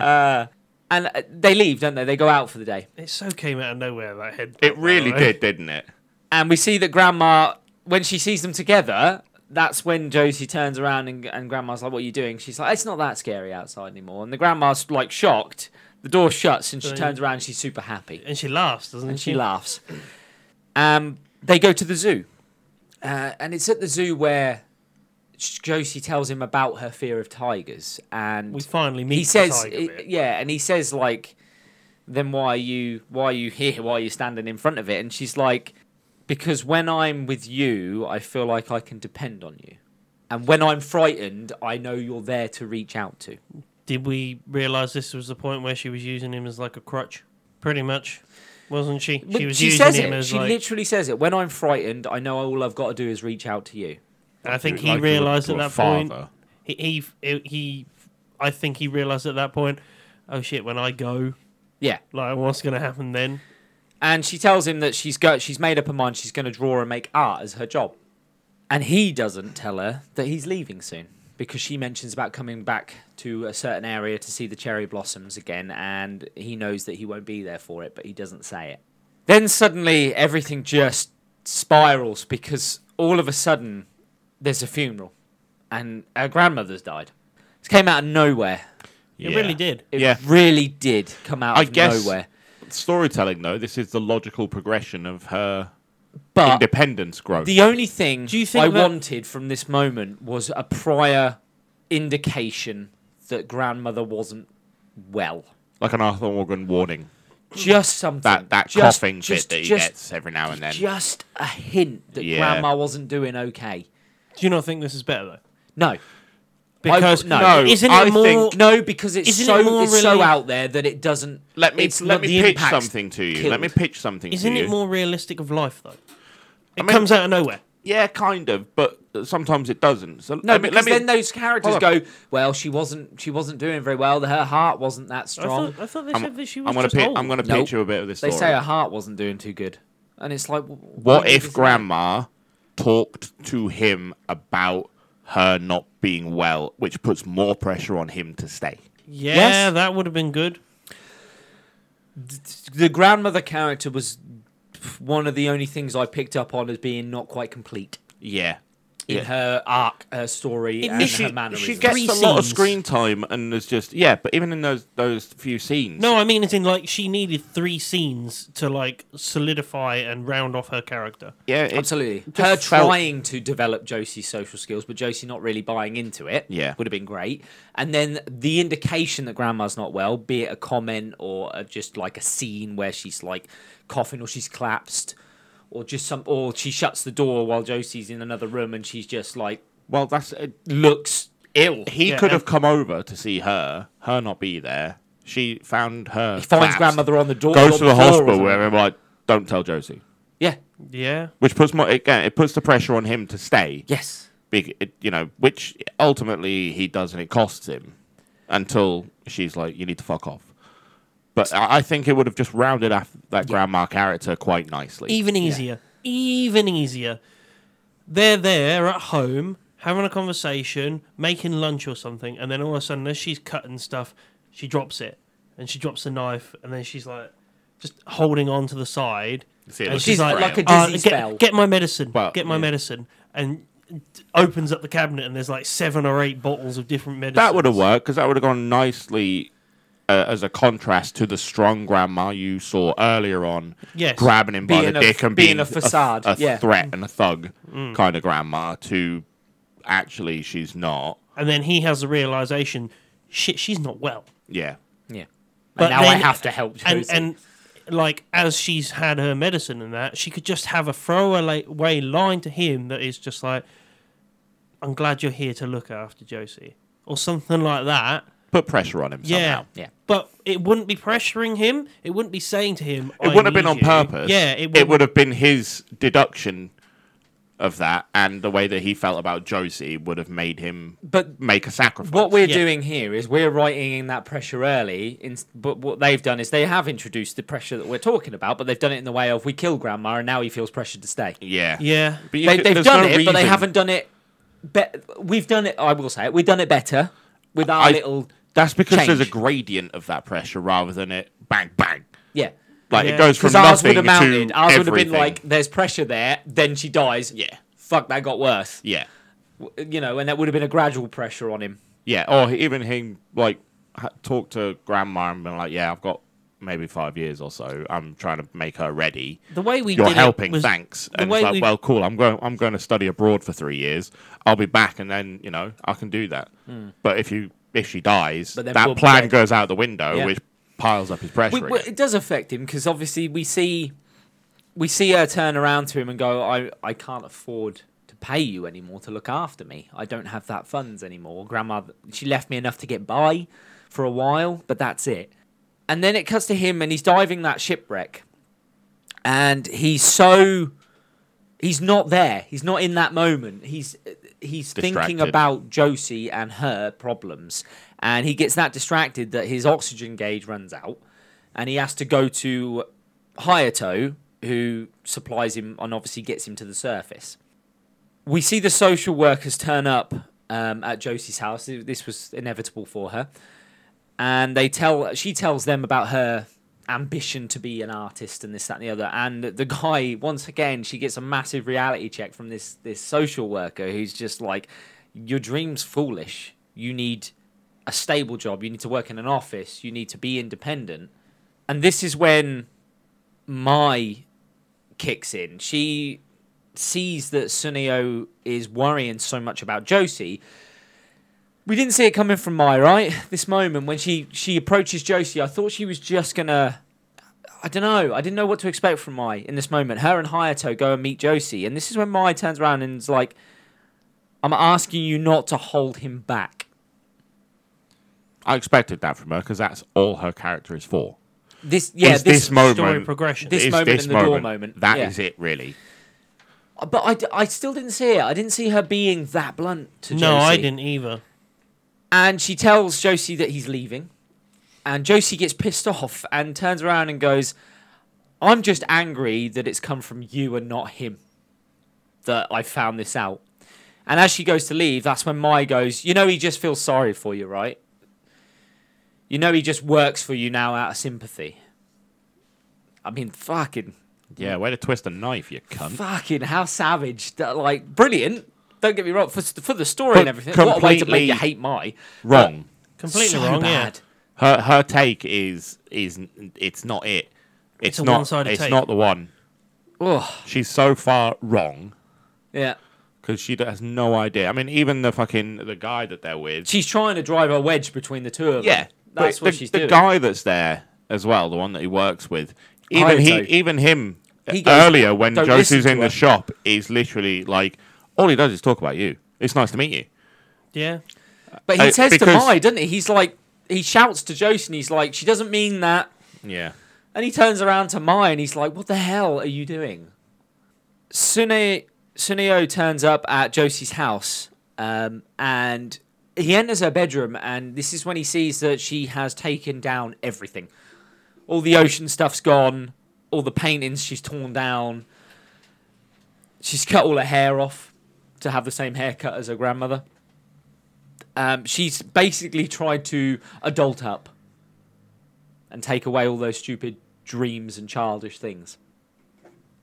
and uh, they leave, don't they? They go out for the day, It so came out of nowhere that head. it really did, didn't it? and we see that Grandma, when she sees them together, that's when Josie turns around and, and Grandma's like, "What are you doing?" She's like, "It's not that scary outside anymore." And the Grandma's like shocked. The door shuts, and she Right. turns around. And she's super happy, And she laughs, doesn't and she? she laughs. Um, they go to the zoo, uh, and it's at the zoo where Josie tells him about her fear of tigers, and We finally meet. he says the tiger bit. yeah and he says like then why are you why are you here why are you standing in front of it and she's like because when i'm with you i feel like i can depend on you and when i'm frightened i know you're there to reach out to Did we realize this was the point where she was using him as like a crutch? Pretty much, wasn't she? But She was she using says him it as she like. literally says it when i'm frightened i know all i've got to do is reach out to you I think he Like to a- realized to at a that point. father. He, he he. I think he realized at that point. Oh shit! When I go, yeah like, what's gonna happen then? and she tells him that she's go she's made up her mind she's going to draw and make art as her job and he doesn't tell her that he's leaving soon because she mentions about coming back to a certain area to see the cherry blossoms again and he knows that he won't be there for it but he doesn't say it then suddenly everything just spirals because all of a sudden there's a funeral and her grandmother's died it came out of nowhere It really did. it Yeah. really did come out I of guess- nowhere Storytelling, though, this is the logical progression of her but independence growth. Uh, The only thing you think I that- wanted from this moment was a prior indication that grandmother wasn't well. like an Arthur Morgan warning. Just something. That that just, coughing just, bit that he just, gets every now and then. Just a hint that Yeah. grandma wasn't doing okay. Do you not think this is better though? No. Because no. No, isn't I it more? think- No, because it's Isn't it so more it's so really- out there that it doesn't. let me it's let not- me the pitch impact's something to you. Let me killed. pitch something Isn't to you. it more realistic of life though? It mean- comes out of nowhere. Yeah, kind of, but sometimes it doesn't. So No, let me, because let me, then those characters Hold on. go. Well, she wasn't. She wasn't doing very well. Her heart wasn't that I strong. thought, I thought they I'm, said that she was I'm gonna just pitch. old. I'm gonna pitch Nope. you a bit of this They story. say her heart wasn't doing too good, and it's like, what if Grandma talked to him about her not being well, which puts more pressure on him to stay? Yeah, Yes. that would have been good. the grandmother character was one of the only things I picked up on as being not quite complete Yeah. in Yeah. her arc, her story, and literally- her she mannerisms. She gets Three a lot of scenes. screen time and there's just yeah, but even in those those few scenes. No, I mean, as in, like, she needed three scenes to, like, solidify and round off her character. yeah, it- Absolutely, just her felt- trying to develop Josie's social skills, but Josie not really buying into it. Yeah. would have been great. And then the indication that Grandma's not well, be it a comment or a, just like a scene where she's like coughing or she's collapsed, or just some, or she shuts the door while Josie's in another room and she's just like Well, that's uh, looks ill. he Yeah, could and- have come over to see her, her not be there. She found her. He finds collapsed, grandmother on the door. Goes on to the floor or hospital something. where they're like, "Don't tell Josie," Yeah. Yeah. which puts more again. It puts the pressure on him to stay. Yes. big, it, you know, which ultimately he does, and it costs him until she's like, "You need to fuck off." But I I think it would have just rounded off that grandma character quite nicely. Even easier. Even easier. They're there at home, having a conversation, making lunch or something, and then all of a sudden, as she's cutting stuff, she drops it. And she drops the knife, and then she's, like, just holding on to the side. See, it And looks she's like, frail. like a "Ah, disease spell. get, get my medicine. Well, get my yeah. medicine. And d- opens up the cabinet, and there's like seven or eight bottles of different medicines. that would have worked because that would have gone nicely uh, as a contrast to the strong grandma you saw earlier on, Yes. grabbing him by Being the a- dick and being being, a facade, a, yeah. Mm. threat and a thug kind of grandma. To actually, she's not. And then he has the realization, shit, she's not well. Yeah, Yeah. But and now I then- have to help Josie. and and like as she's had her medicine and that, she could just have a throwaway line to him that is just like, "I'm glad you're here to look after Josie," or something like that. put pressure on him. Yeah, somehow. yeah. But it wouldn't be pressuring him. It wouldn't be saying to him. it "I wouldn't have been need on you." purpose. Yeah, it, it, would would have. have been his deduction of that, and the way that he felt about Josie would have made him But make a sacrifice. what we're Yeah. doing here is we're writing in that pressure early. In, but what they've done is they have introduced the pressure that we're talking about, but they've done it in the way of we kill grandma and now he feels pressured to stay. yeah, Yeah, But you They, could- they've there's done no it, but they reason- haven't done it. Be- we've done it. I will say it. We've done it better with our I- little. That's because there's a change. gradient of that pressure rather than it bang bang. Yeah. Like Yeah. it goes from Because ours nothing would to have mounted. everything. Ours would have been like, "There's pressure there." Then she dies. Yeah. Fuck, that got worse. yeah, W- You know, and that would have been a gradual pressure on him. yeah, or he- even him like ha- talk to grandma and been like, yeah, I've got maybe five years or so. I'm trying to make her ready. the way we You're did it helping, was- thanks. the And way it's like, we- well, cool. I'm going. I'm going to study abroad for three years. I'll be back, and then you know I can do that. But if you if she dies, Hmm. But then that we'll plan break- goes out the window, Yeah. which piles up his pressure. We, we- again. it does affect him because obviously we see we see her turn around to him and go, "I I can't afford to pay you anymore to look after me. I don't have that funds anymore. Grandma, she left me enough to get by for a while, but that's it." And then it cuts to him and he's diving that shipwreck, and he's so he's not there. He's not in that moment. He's he's thinking Distracted. about Josie and her problems, and he gets that distracted that his oxygen gauge runs out, and he has to go to Hayato, who supplies him and obviously gets him to the surface. We see the social workers turn up um, at Josie's house. This was inevitable for her, and they tell she tells them about her ambition to be an artist and this that and the other and the guy once again she gets a massive reality check from this this social worker who's just like your dream's foolish you need a stable job you need to work in an office you need to be independent and this is when my kicks in she sees that Sunio is worrying so much about Josie we didn't see it coming from Mai, right? This moment when she she approaches Josie, I thought she was just gonna. I don't know. I didn't know what to expect from Mai in this moment. Her and Hayato go and meet Josie, and this is when Mai turns around and is like, "I'm asking you not to hold him back." I expected that from her because that's all her character is for. This, yeah, is this, moment story progression. This is moment this and the door moment. moment, That yeah. is it, really. but I, d- I still didn't see it. I didn't see her being that blunt to Josie. no, I didn't either. And she tells Josie that he's leaving. And Josie gets pissed off and turns around and goes, I'm just angry that it's come from you and not him that I found this out. And as she goes to leave, that's when Mai goes, You know, he just feels sorry for you, right? You know, he just works for you now out of sympathy. I mean, fucking, Yeah, way to twist a knife, you cunt. fucking, how savage. That, like, brilliant. Don't get me wrong, for, for the story But and everything, what a way to make completely you hate Mai. Wrong. Completely so wrong. bad. Yeah. Her her take is is it's not it. It's, a not. one-sided it's take. not the one. Ugh. She's so far wrong Yeah. because she has no idea. I mean, even the fucking the guy that they're with. She's trying to drive a wedge between the two of them. yeah, That's the, what the, she's the doing. guy that's there as well, the one that he works with. Even he, Hayato. even him. He goes, earlier, when "Don't Josie's listen to in the her." shop, is literally like, all he does is talk about you. It's nice to meet you. Yeah. but he uh, says to because- Mai, doesn't he? He's like, he shouts to Josie and he's like, she doesn't mean that. Yeah. And he turns around to Mai and he's like, what the hell are you doing? Sune, Suneo turns up at Josie's house um, and he enters her bedroom. And this is when he sees that she has taken down everything. All the ocean stuff's gone, all the paintings she's torn down. She's cut all her hair off to have the same haircut as her grandmother. Um, she's basically tried to adult up and take away all those stupid dreams and childish things.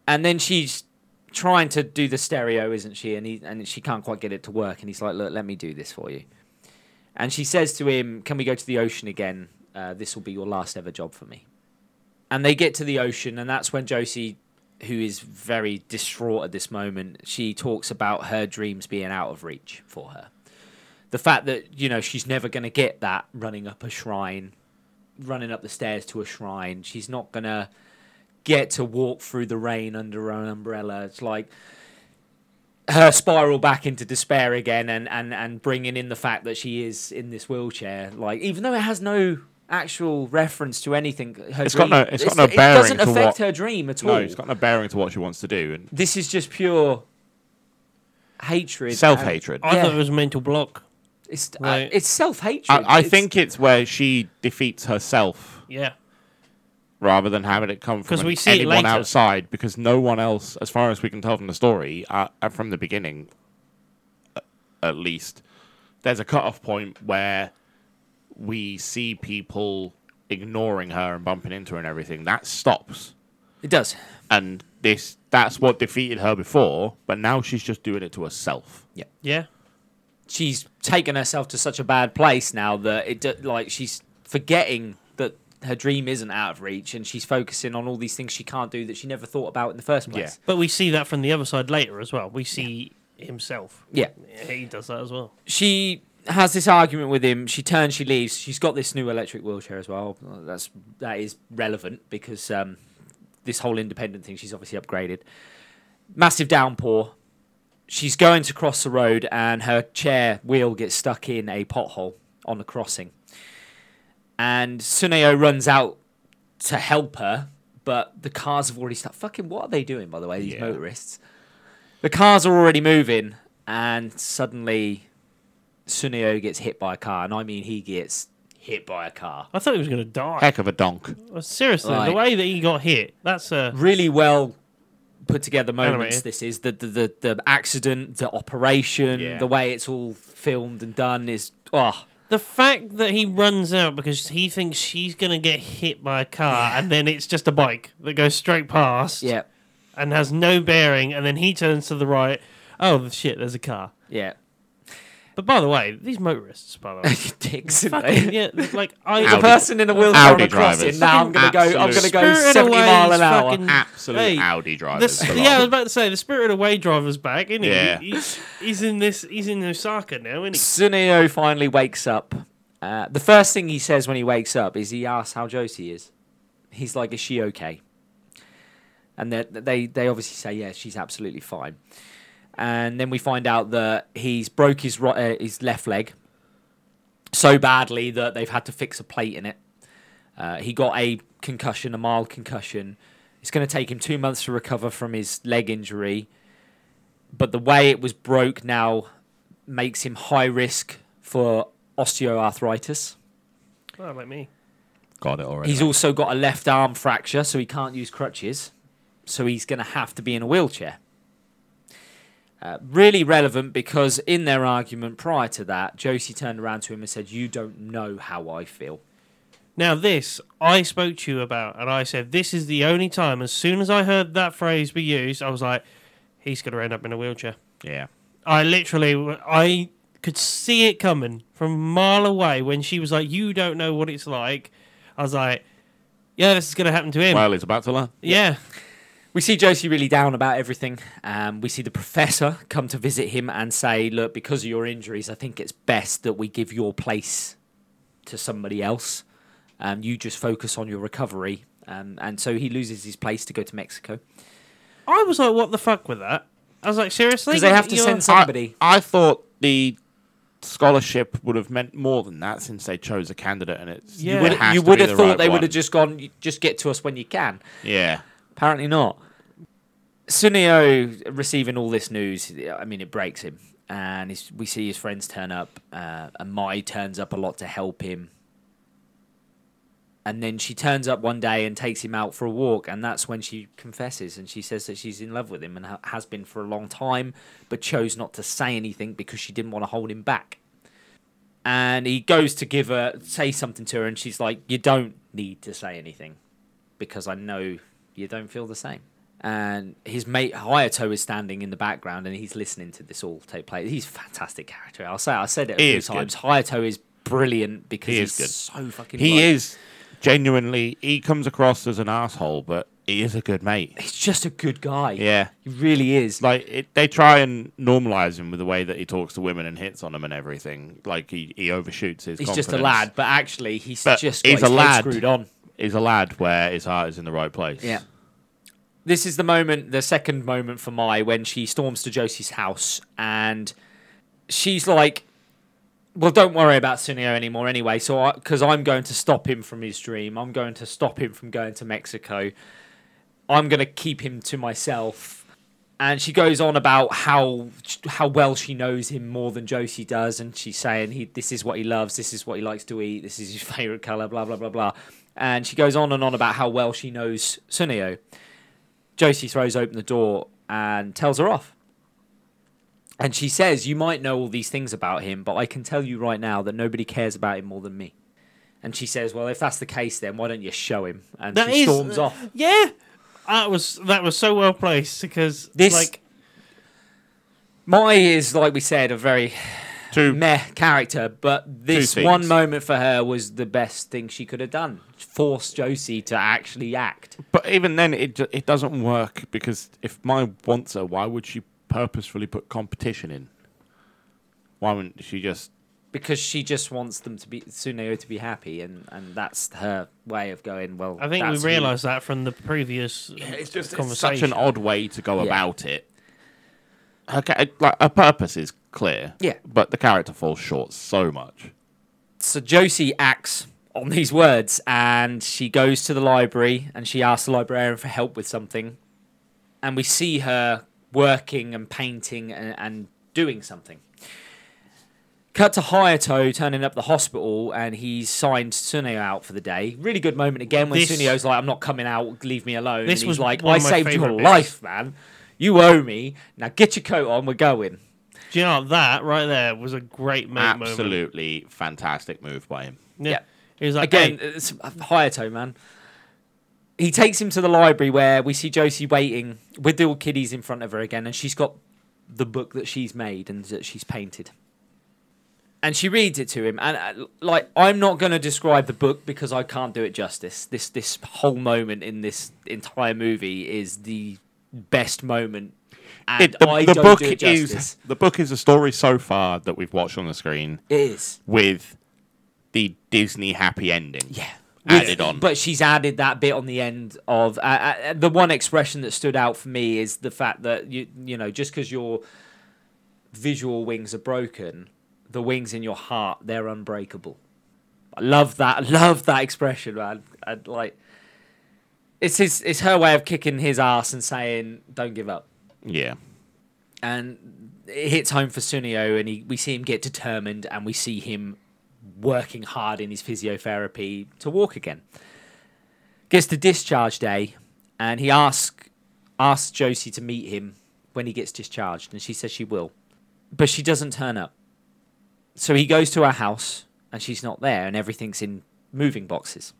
and then she's trying to do the stereo, isn't she? And he and she can't quite get it to work. And he's like, "Look, let me do this for you." And she says to him, "Can we go to the ocean again? Uh, this will be your last ever job for me." And they get to the ocean, and that's when Josie, who is very distraught at this moment, she talks about her dreams being out of reach for her. The fact that you know she's never going to get that running up a shrine, running up the stairs to a shrine. She's not gonna get to walk through the rain under an umbrella. It's like her spiral back into despair again and, and, and bringing in the fact that she is in this wheelchair. Like, even though it has no actual reference to anything, her It's dream- got no- it's got no It bearing doesn't to affect what- her dream at all. No, it's got no bearing to what she wants to do and This is just pure hatred. and- self hatred. I Yeah. thought it was mental block. It's, uh, Right. it's self hatred. I, I think it's where she defeats herself Yeah. rather than having it come from 'Cause we an- see it anyone later. outside because no one else, as far as we can tell from the story, uh, uh, from the beginning, uh, at least, there's a cutoff point where we see people ignoring her and bumping into her and everything. That stops. it does. And this that's what defeated her before, but now she's just doing it to herself. Yeah. she's taken herself to such a bad place now that it do- like she's forgetting that her dream isn't out of reach and she's focusing on all these things she can't do that she never thought about in the first place. But we see that from the other side later as well. We see himself. Yeah. Yeah, He does that as well. She has this argument with him. She turns, she leaves. She's got this new electric wheelchair as well. That's that is relevant because um, this whole independent thing she's obviously upgraded. Massive downpour. She's going to cross the road and her chair wheel gets stuck in a pothole on the crossing. and Suneo runs out to help her, but the cars have already started. Fucking what are they doing, by the way, these Yeah. motorists? The cars are already moving, and suddenly Suneo gets hit by a car, and I mean he gets hit by a car. I thought he was going to die. Heck of a donk. Well, Seriously, Like- the way that he got hit, that's uh, Really well put together moments. Animated. This is the the, the the accident, the operation, Yeah. the way it's all filmed and done is oh the fact that he runs out because he thinks she's going to get hit by a car and then it's just a bike that goes straight past yeah and has no bearing. And then he turns to the right. Oh, shit, there's a car. yeah But by the way, these motorists, by the way. dicks. isn't they? fucking, yeah, like, I. The Audi- person in a wheelchair on Audi a crossing. drivers. Now I'm gonna go. I'm gonna Absolute go Spirit seventy away mile is an hour. fucking- Absolute Mm. Hey, Audi The, drivers. s- for yeah, I was long. about to say the spirit away driver's back, isn't he? Yeah. He- he's, he's in this. He's in Osaka now, isn't he? Suneo finally wakes up. Uh, the first thing he says when he wakes up is he asks how Josie is. He's like, "Is she okay?" And they they, they obviously say, "Yeah, she's absolutely fine." And then we find out that he's broke his ri- uh, his left leg so badly that they've had to fix a plate in it. Uh, he got a concussion, a mild concussion. It's going to take him two months to recover from his leg injury. But the way it was broke now makes him high risk for osteoarthritis. Oh, like me. Got it already. He's also got a left arm fracture, so he can't use crutches. So he's going to have to be in a wheelchair. Uh, really relevant because in their argument prior to that, Josie turned around to him and said, You don't know how I feel. Now, this I spoke to you about, and I said this is the only time. As soon as I heard that phrase be used, I was like, he's going to end up in a wheelchair. Yeah. I literally, I could see it coming from a mile away when she was like, "You don't know what it's like." I was like, "Yeah, this is going to happen to him." Well, he's about to learn. yeah, We see Josie really down about everything. Um, we see the professor come to visit him and say, Look, because of your injuries, I think it's best that we give your place to somebody else. Um, you just focus on your recovery. Um, and so he loses his place to go to Mexico. I was like, "What the fuck with that?" I was like, "Seriously?" Because they have to You're- send somebody. I, I thought the scholarship would have meant more than that since they chose a candidate and it's Yeah. yeah. would- it has you to would be have the thought right they would one. have just gone, "You- Just get to us when you can. yeah Apparently not. Sunio receiving all this news, I mean, it breaks him. And his, we see his friends turn up, uh, and Mai turns up a lot to help him. And then she turns up one day and takes him out for a walk, and that's when she confesses and she says that she's in love with him and ha- has been for a long time, but chose not to say anything because she didn't want to hold him back. And he goes to give her say something to her, and she's like, "You don't need to say anything, because I know you don't feel the same." and his mate Hayato is standing in the background and he's listening to this all take place. He's a fantastic character. I'll say I said it a He few is good. times. Hayato is brilliant because He he's is good. so fucking He bright. is genuinely. He comes across as an asshole, but he is a good mate. He's just a good guy. Yeah. He really is. Like it, they try and normalize him with the way that he talks to women and hits on them and everything. Like he, he overshoots his. he's just a confidence. lad, but actually he's But just he's got his a head lad. screwed on. He's a lad where his heart is in the right place. Yeah. This is the moment, the second moment for Mai when she storms to Josie's house and she's like, Well, don't worry about Sunio anymore anyway. So, because I'm going to stop him from his dream, I'm going to stop him from going to Mexico, I'm going to keep him to myself. And she goes on about how how well she knows him more than Josie does, and she's saying he this is what he loves, this is what he likes to eat, this is his favorite color, blah blah blah blah. And she goes on and on about how well she knows Sunio. Josie throws open the door and tells her off. And she says, You might know all these things about him, but I can tell you right now that nobody cares about him more than me. And she says, Well, if that's the case, then why don't you show him? And That she is- storms off. Yeah, that was that was so well placed because This- like Mai is, like we said, a very Two Hmm. meh character, but this things. one moment for her was the best thing she could have done. Force Josie to actually act. But even then, it ju- it doesn't work because if Mai wants her, why would she purposefully put competition in? Why wouldn't she just? Because she just wants them to be Suneo to be happy and, and that's her way of going, Well I think we that's who- realised that from the previous It's just conversation. such an odd way to go Yeah. about it. Her, ca- like, her purpose is clear. Yeah. But the character falls short so much. so Josie acts on these words and she goes to the library and she asks the librarian for help with something. And we see her working and painting and, and doing something. Cut to Hayato turning up the hospital and he's signed Sunio out for the day. Really good moment again when This- Sunio's like, I'm not coming out, leave me alone. This and he's was like, one I of my saved your favourite bits. life, man. You owe me. Now get your coat on, we're going. Do you know what? that right there was a great mate moment. Absolutely fantastic move by him. Yeah. Yeah. It was like Again, hey, um, it's Hayato, man. He takes him to the library where we see Josie waiting with the old kiddies in front of her again, and she's got the book that she's made and that she's painted. And she reads it to him, and uh, like I'm not going to describe the book because I can't do it justice. This this whole moment in this entire movie is the best moment, and It- the, I the don't book do it justice. is the book is a story so far that we've watched on the screen it is. with the Disney happy ending. Yeah. Added on. But she's added that bit on the end of uh, uh, the one expression that stood out for me is the fact that you you know just because your visual wings are broken, the wings in your heart they're unbreakable. I love that. I love that expression, man. I, like it's his it's her way of kicking his ass and saying don't give up. yeah. And it hits home for Sunio, and he, we see him get determined, and we see him working hard in his physiotherapy to walk again gets to discharge day and he asks asks Josie to meet him when he gets discharged and she says she will. But she doesn't turn up. So he goes to her house and she's not there and everything's in moving boxes.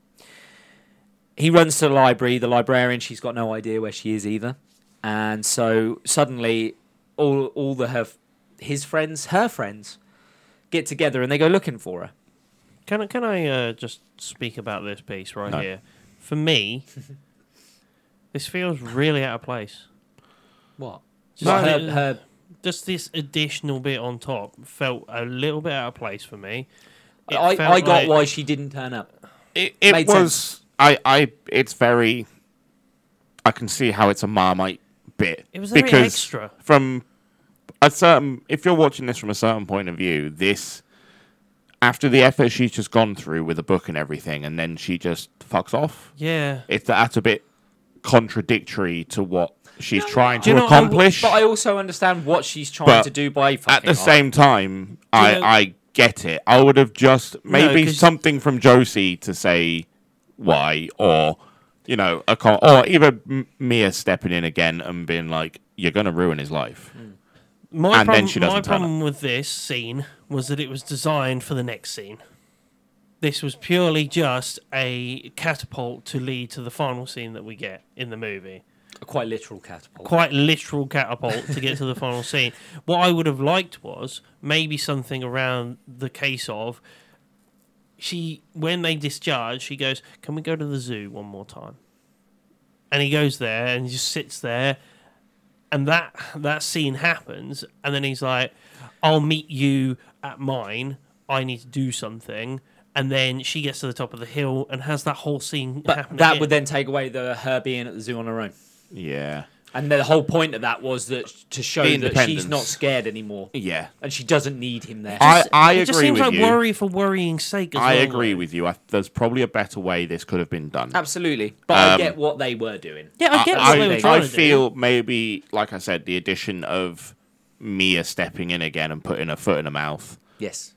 He runs to the library, the librarian, she's got no idea where she is either. And so suddenly all all the her his friends, her friends get together and they go looking for her. can I can I uh, just speak about this piece right No. here? For me, this feels really out of place. What? No, her, it- her Just this additional bit on top felt a little bit out of place for me. It I, felt I got like- why she didn't turn up. It, it Made was. sense. I. I. It's very. I can see how it's a Marmite bit. It was very because extra. From a certain, if you're watching this from a certain point of view, this after the effort she's just gone through with the book and everything, and then she just fucks off. Yeah. It's that's a bit contradictory to what she's trying you to know, I- accomplish. But I also understand what she's trying But to do by fucking at the off. same time, I, know- I get it. I would have just maybe 'cause- something from Josie to say why, or you know, a con- or even M- Mia stepping in again and being like, "You're gonna ruin his life." My And then problem, she doesn't my turn up. problem with this scene was that it was designed for the next scene. This was purely just a catapult to lead to the final scene that we get in the movie. A quite literal catapult. quite literal catapult to get to the final scene. What I would have liked was maybe something around the case of she when they discharge, she goes, "Can we go to the zoo one more time?" And he goes there and he just sits there, and that that scene happens, and then he's like, "I'll meet you at mine. I need to do something." And then she gets to the top of the hill and has that whole scene but happen. that again. would then take away the her being at the zoo on her own. Yeah. And the whole point of that was that to show The that she's independence. not scared anymore Yeah. and she doesn't need him there. I, I it agree just seems with like you. worry for worrying's sake. As I well, agree though. with you. I, there's probably a better way this could have been done. Absolutely. But I get Um, what they were doing. Yeah, I get what they I, were trying I to feel maybe, like I said, the addition of Mia stepping in again and putting her foot in her mouth Yes.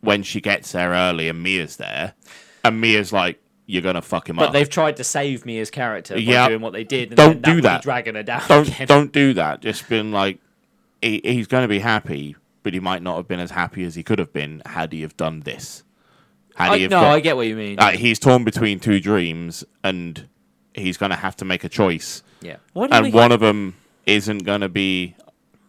when she gets there early and Mia's there, and Mia's like, "You're gonna fuck him But up." they've tried to save me as character by Yeah. doing what they did. And Don't then do would be that. Dragging her down. again. don't don't do that. Just been like, he, he's gonna be happy, but he might not have been as happy as he could have been had he have done this. Had I, he no, have got- I get what you mean. uh, he's torn between two dreams, and he's gonna have to make a choice. yeah. do. Why do and they- one of them isn't going to be.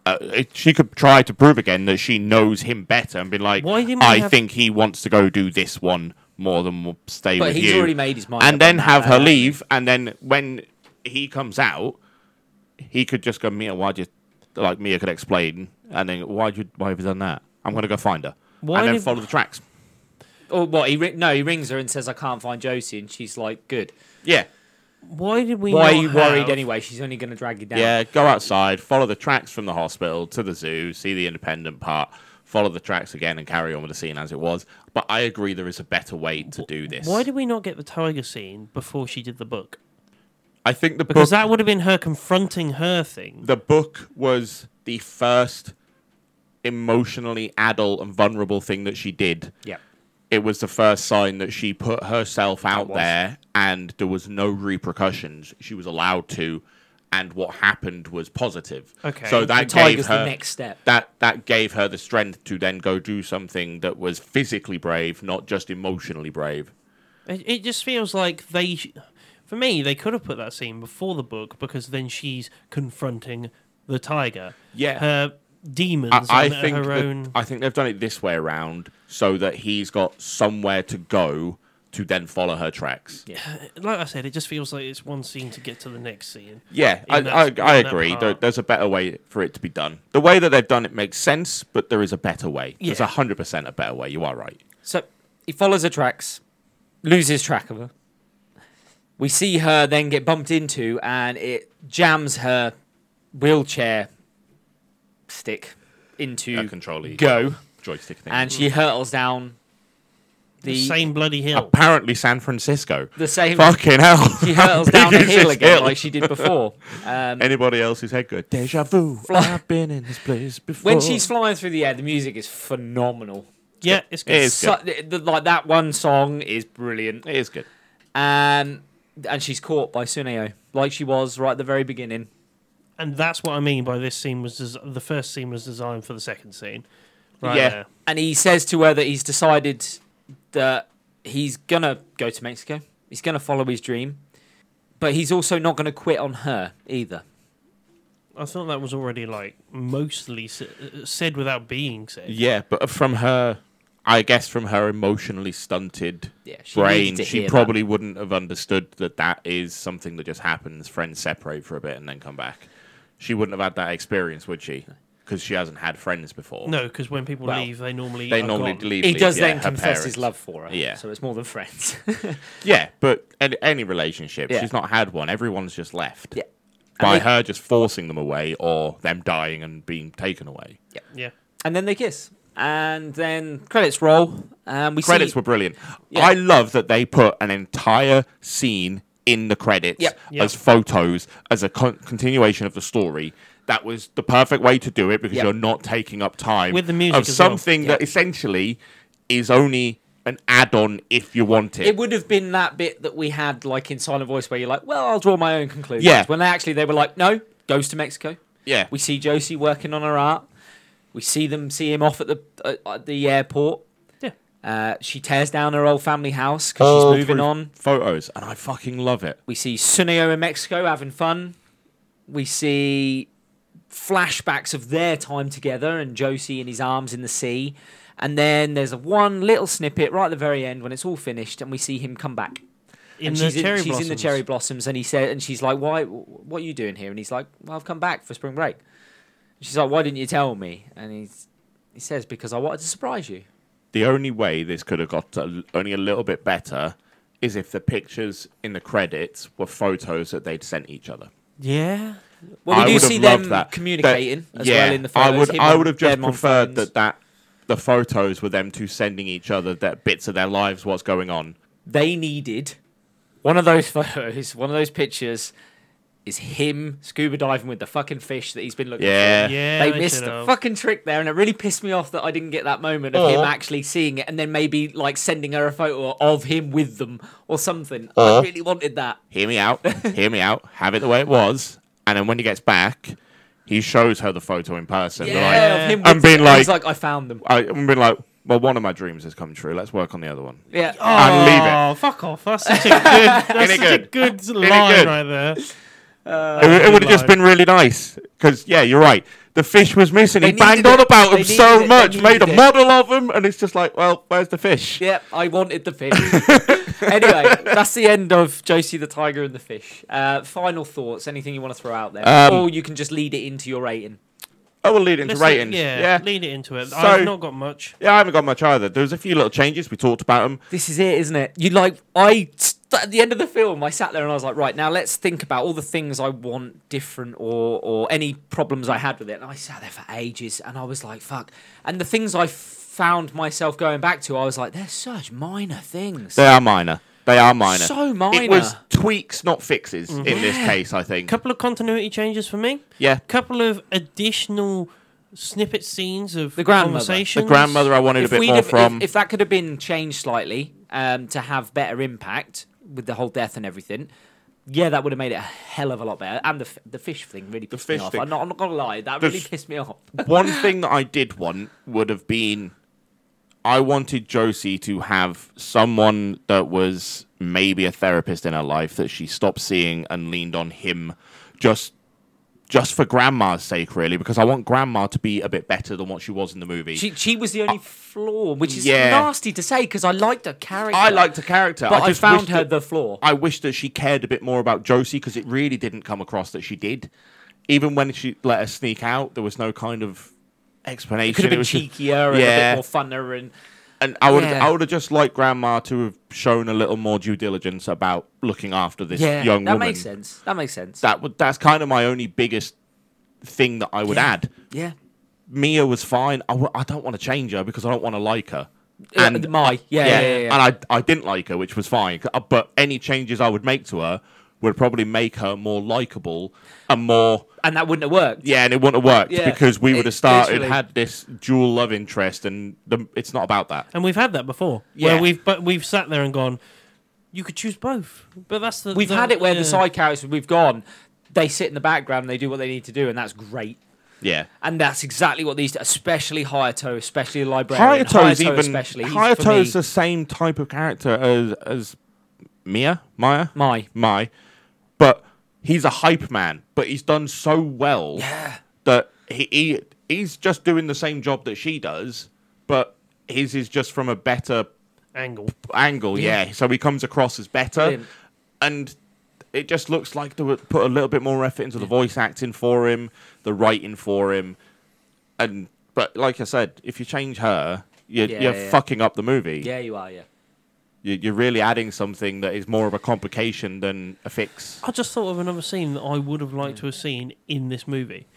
Uh, it- she could try to prove again that she knows him better and be like, Why didn't we "I have- think he wants to go do this one more than w- stay But with he's you." already made his mind up and then on have that, her hasn't he? leave, and then when he comes out, he could just go, "Mia, why'd you?" Like Mia could explain, and then why'd you? Why have you done that? I'm going to go find her, Why and then did- follow the tracks. Or Oh, what? He ri- no, he rings her and says, "I can't find Josie," and she's like, "Good." Yeah, Why did we? Why are not you worried have- anyway? She's only going to drag you down. Yeah, go outside, follow the tracks from the hospital to the zoo, see the independent part, follow the tracks again, and carry on with the scene as it was. But I agree there is a better way to do this. Why did we not get the tiger scene before she did the book? I think the book, Because that would have been her confronting her thing. the book was the first emotionally adult and vulnerable thing that she did. Yeah. It was the first sign that she put herself out was. there and there was no repercussions. She was allowed to and what happened was positive. Okay. So The that gave Tiger's her the next step. that that gave her the strength to then go do something that was physically brave, not just emotionally brave. It, it just feels like they, sh- for me, they could have put that scene before the book because then she's confronting the tiger. Yeah. her demons. I, I and think her that- own. I think they've done it this way around so that he's got somewhere to go to then follow her tracks. Yeah, like I said, it just feels like it's one scene to get to the next scene. I, In that- I, I in that agree. There, part. there's a better way for it to be done. The way that they've done it makes sense, but there is a better way. There's Yeah. There's hundred percent a better way. You are right. So he follows her tracks, loses track of her. We see her then get bumped into, and it jams her wheelchair stick into A controller go, joystick thing. and she hurtles down the The same bloody hill. apparently San Francisco. the same. Fucking hell! She How hurtles big down a is hill this again hill? like she did before. Um, Anybody else who's head good? Deja vu. Fly- I've been in this place before. when she's flying through the air, the music is phenomenal. Yeah, it's good. It is. So, the- like that one song is brilliant. it is good. Um, and she's caught by Suneo, like she was right at the very beginning. And that's what I mean by this scene was des- the first scene was designed for the second scene. Right Yeah. there. And he says to her that he's decided that he's gonna go to Mexico. He's gonna follow his dream, but he's also not gonna quit on her either. I thought that was already like mostly s- uh, said without being said. Yeah, but from her, I guess from her emotionally stunted Yeah, she brain, needed to hear she that. probably wouldn't have understood that that is something that just happens. Friends separate for a bit and then come back. She wouldn't have had that experience, would she? Because she hasn't had friends before. No, because when people Well, leave, they normally They are normally gone. leave. He leave, does yeah, then her confess his parents. love for her. Yeah. So it's more than friends. Yeah, but any, any relationship, Yeah. she's not had one. Everyone's just left. yeah. by And they- her just forcing them away or them dying and being taken away. Yeah, And then they kiss. And then credits roll. And we Credits see were brilliant. Yeah. I love that they put an entire scene in the credits Yep. Yep. as photos as a con- continuation of the story. That was the perfect way to do it because Yep. you're not taking up time With the music of as well. something Yep. that essentially is only an add-on if you want it. it would have been that bit that we had like in Silent Voice where you're like, well, I'll draw my own conclusions. Yeah. When they actually they were like, no, goes to Mexico. yeah, We see Josie working on her art. We see them see him off at the uh, at the airport. yeah. Uh, she tears down her old family house because All she's moving through on. photos, and I fucking love it. We see Sunio in Mexico having fun. We see flashbacks of their time together and Josie in his arms in the sea. And then there's a one little snippet right at the very end when it's all finished, and we see him come back. in and the she's, cherry in, she's in the blossoms. cherry blossoms, and he said, and she's like, "Why? What are you doing here?" And he's like, "Well, I've come back for spring break." She's like, "Why didn't you tell me?" And he's, he says, "Because I wanted to surprise you." The only way this could have got a, only a little bit better is if the pictures in the credits were photos that they'd sent each other. Yeah. Well, we I do would have see loved them that. communicating That- as yeah, well in the photos. I would, him I on- would have just them on preferred phones. that, that the photos were them two sending each other that bits of their lives, what's going on. they needed one of those photos, one of those pictures is him scuba diving with the fucking fish that he's been looking Yeah. for. Yeah, They I Oh, missed should've. the fucking trick there, and it really pissed me off that I didn't get that moment of him Or- actually seeing it and then maybe like sending her a photo of him with them or something. I Or- really wanted that. Hear me out. hear me out. Have it the way it was. And then when he gets back, he shows her the photo in person. They're like, Yeah, of him I'm with being them. And he's like- like, I found them. I, I'm being like, well, one of my dreams has come true. Let's work on the other one. Yeah. And leave it. Oh, fuck off. That's such a good, that's it such a good? good it line good? Uh, right there. Uh, it it would have good just line. been really nice. Because, yeah, you're right. The fish was missing. They he banged needed on it. about They him so needed it. They much, made a needed it. model of him, and it's just like, well, where's the fish? Yep, I wanted the fish. anyway, that's the end of Josie the Tiger and the Fish. Uh, final thoughts, anything you want to throw out there? Um, or you can just lead it into your rating. Oh, we'll lead into Let's- ratings. Yeah, yeah. lead it into it. So- I've not got much. Yeah, I haven't got much either. There was a few little changes. We talked about them. This is it, isn't it? You like I st- at the end of the film, I sat there and I was like, right now let's think about all the things I want different or or any problems I had with it. And I sat there for ages and I was like, fuck. And the things I found myself going back to, I was like, they're such minor things. They are minor. They are minor. So It was minor. tweaks, not fixes, in this Yeah. case. I think. couple of continuity changes for me. Yeah. couple of additional snippet scenes of The grandmother. The conversations. grandmother I wanted a bit we'd more have- from. If, if that could have been changed slightly um, to have better impact with the whole death and everything, yeah, that would have made it a hell of a lot better. And the f- the fish thing really pissed fish me off. thing. I'm not, I'm not gonna lie, that The really f- pissed me off. One thing that I did want would have been I wanted Josie to have someone that was maybe a therapist in her life that she stopped seeing and leaned on him just just for grandma's sake really because I want grandma to be a bit better than what she was in the movie. She, she was the only flaw, which is yeah. nasty to say because I liked her character. I liked the character. but I, just found wished her that- the flaw. I wish that she cared a bit more about Josie because it really didn't come across that she did. Even when she let her sneak out, there was no kind of explanation. It could have been was just- cheekier and yeah. a bit more funner and And I would, Yeah. I would have just liked Grandma to have shown a little more due diligence about looking after this yeah, young that woman. makes sense. That makes sense. That would, that's kind of my only biggest thing that I would Yeah. add. yeah, Mia was fine. I w- I don't want to change her because I don't want to like her. Yeah, Uh, my yeah, yeah, yeah, yeah. And I, I didn't like her, which was fine. Uh, But any changes I would make to her would probably make her more likable and more. and that wouldn't have worked. Yeah, and it wouldn't have worked Yeah, because we would it- have started, literally. had this dual love interest, and the, it's not about that. and we've had that before. Yeah. where we've but we've sat there and gone, you could choose both. But that's the We've the- had it where yeah. the side characters we've gone, they sit in the background, and they do what they need to do, and that's great. Yeah. And that's exactly what these, especially Hayato, especially the librarian, Hayato's Hayato's even. especially. he's for Hayato's me, the same type of character as, as Mia? Maya? my my, but he's a hype man. But he's done so well that he, he he's just doing the same job that she does, but his is just from a better angle. angle. Yeah, so he comes across as better, Brilliant. and it just looks like they would put a little bit more effort into the voice acting for him, the writing for him, and but like I said, if you change her. You're, Yeah, you're yeah. fucking up the movie. yeah, you are, yeah. You- You're really adding something that is more of a complication than a fix. I just thought of another scene that I would have liked to have seen in this movie.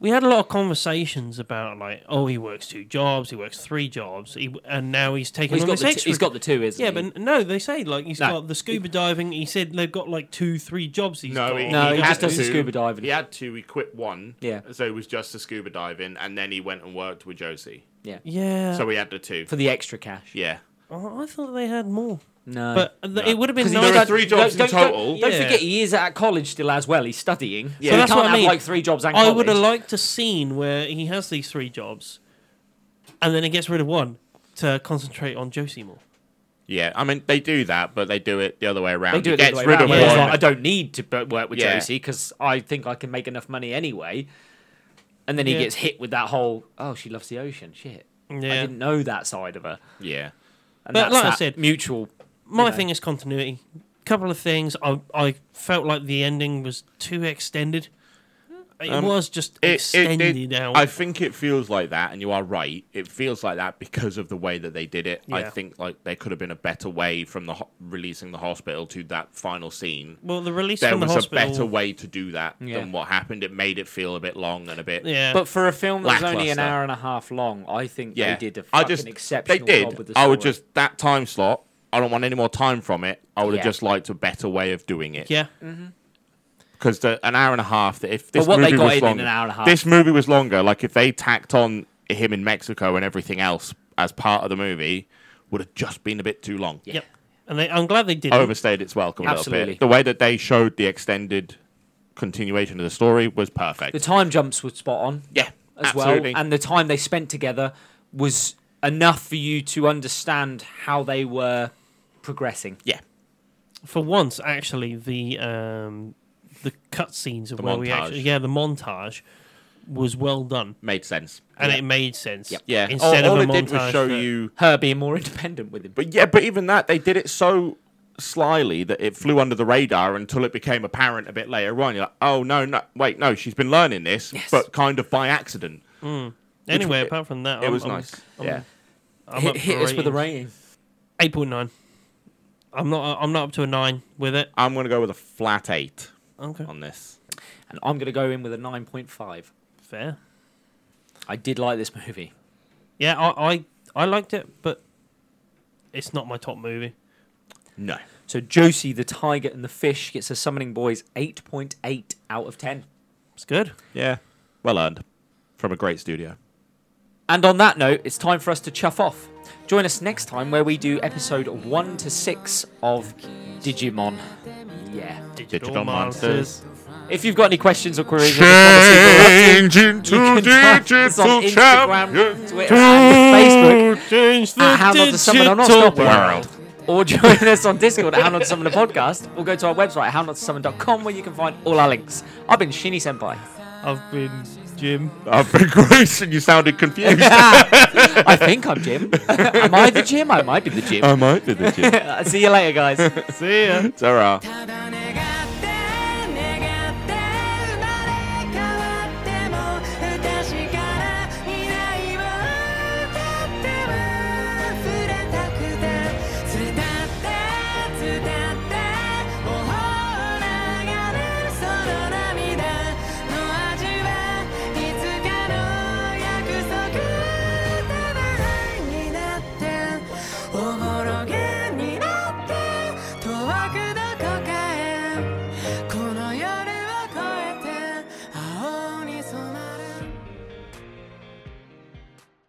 We had a lot of conversations about like, oh, he works two jobs, he works three jobs, he, and now he's taking He's on got, this the t- extra. he's got the two, isn't yeah, he? but n- no, they say like he's No. got the scuba diving. He said they've got like two, three jobs. He's No, got. he, No, he, he had just does the to. scuba diving. He had to. He quit one. Yeah. So it was just the scuba diving, and then he went and worked with Josie. yeah. yeah. So we had the two. For the extra cash. Yeah. Oh, I thought they had more, No. but th- it would have been Because No, nice. there are three jobs in don't, don't- total. Don't, Yeah. forget, he is at college still as well. He's studying. So Yeah. So he that's can't what I have mean. like three jobs and I college. would have liked a scene where he has these three jobs, and then he gets rid of one to concentrate on Josie more. Yeah, I mean they do that, but they do it the other way around. They do He it the gets other way rid around, of where it's one. like, I don't need to b- work with Yeah. Josie because I think I can make enough money anyway. And then he Yeah. gets hit with that whole oh she loves the ocean shit. I Yeah. didn't know that side of her. yeah, And But that's like I that said- mutual. My you know. thing is continuity. Couple of things. I I felt like the ending was too extended. It Um, was just it, it, extended did- out. I think it feels like that, and you are right. It feels like that because of the way that they did it. I Yeah. think like there could have been a better way from the ho- releasing the hospital to that final scene. well, the release there from the was a hospital. better way to do that Yeah. than what happened. It made it feel a bit long and a bit. Yeah, But for a film that's only an Lackluster. hour and a half long, I think yeah. they did a I fucking just exceptional they did. job with the I would story. just that time slot. I don't want any more time from it. I would Yeah. have just liked a better way of doing it. yeah, because an hour and a half. that If this what they movie got was in in longer, an hour and a half. this movie was longer. Like if they tacked on him in Mexico and everything else as part of the movie, would have just been a bit too long. Yeah. yep. And they, I'm glad they did. not Overstayed its welcome a little Absolutely. bit. The way that they showed the extended continuation of the story was perfect. the time jumps were spot on. yeah, as absolutely. well, and the time they spent together was enough for you to understand how they were progressing. yeah, for once, actually, the um, the cutscenes of The where we montage. actually yeah the montage was well done made sense. and Yeah. it made sense. Yeah, Instead all, all of a it montage did was show that- you. Her being more independent with him. But yeah, but even that they did it so slyly that it flew under the radar until it became apparent a bit later on. You're like, oh no, no, wait, no, she's been learning this, Yes. but kind of by accident. Anyway, it- apart from that, it I'm- was Um, I'm- nice. I'm- yeah, I'm hit up hit for us with a ratings. rating. 8.9. I'm not. I'm not up to a nine with it. I'm gonna go with a flat eight Okay, on this. And I'm going to go in with a 9.5. fair. I did like this movie. Yeah, I, I I liked it, but it's not my top movie. No, So Josie, the tiger, and the fish gets a summoning boys 8.8 out of 10. It's good. yeah, well earned from a great studio. And on that note, it's time for us to chuff off. Join us next time where we do episode 1 to 6 of Digimon. Yeah. Digital, Digital Monsters. If you've got any questions or queries, or just wanna see what we're up to, You can find us on Instagram, Twitter, and Facebook Change the at Uh, How Not to Summon or Not Stop It. world. Or join us on Discord at How Not to Summon the Podcast, or go to our website at hownottosummon.com where you can find all our links. I've been Shinny Senpai. I've been Jim. I've been Grace, and you sounded confused. I think I'm Jim. Am I the Jim? I might be the Jim. I might do this. See you later, guys. See ya. Sarah. Time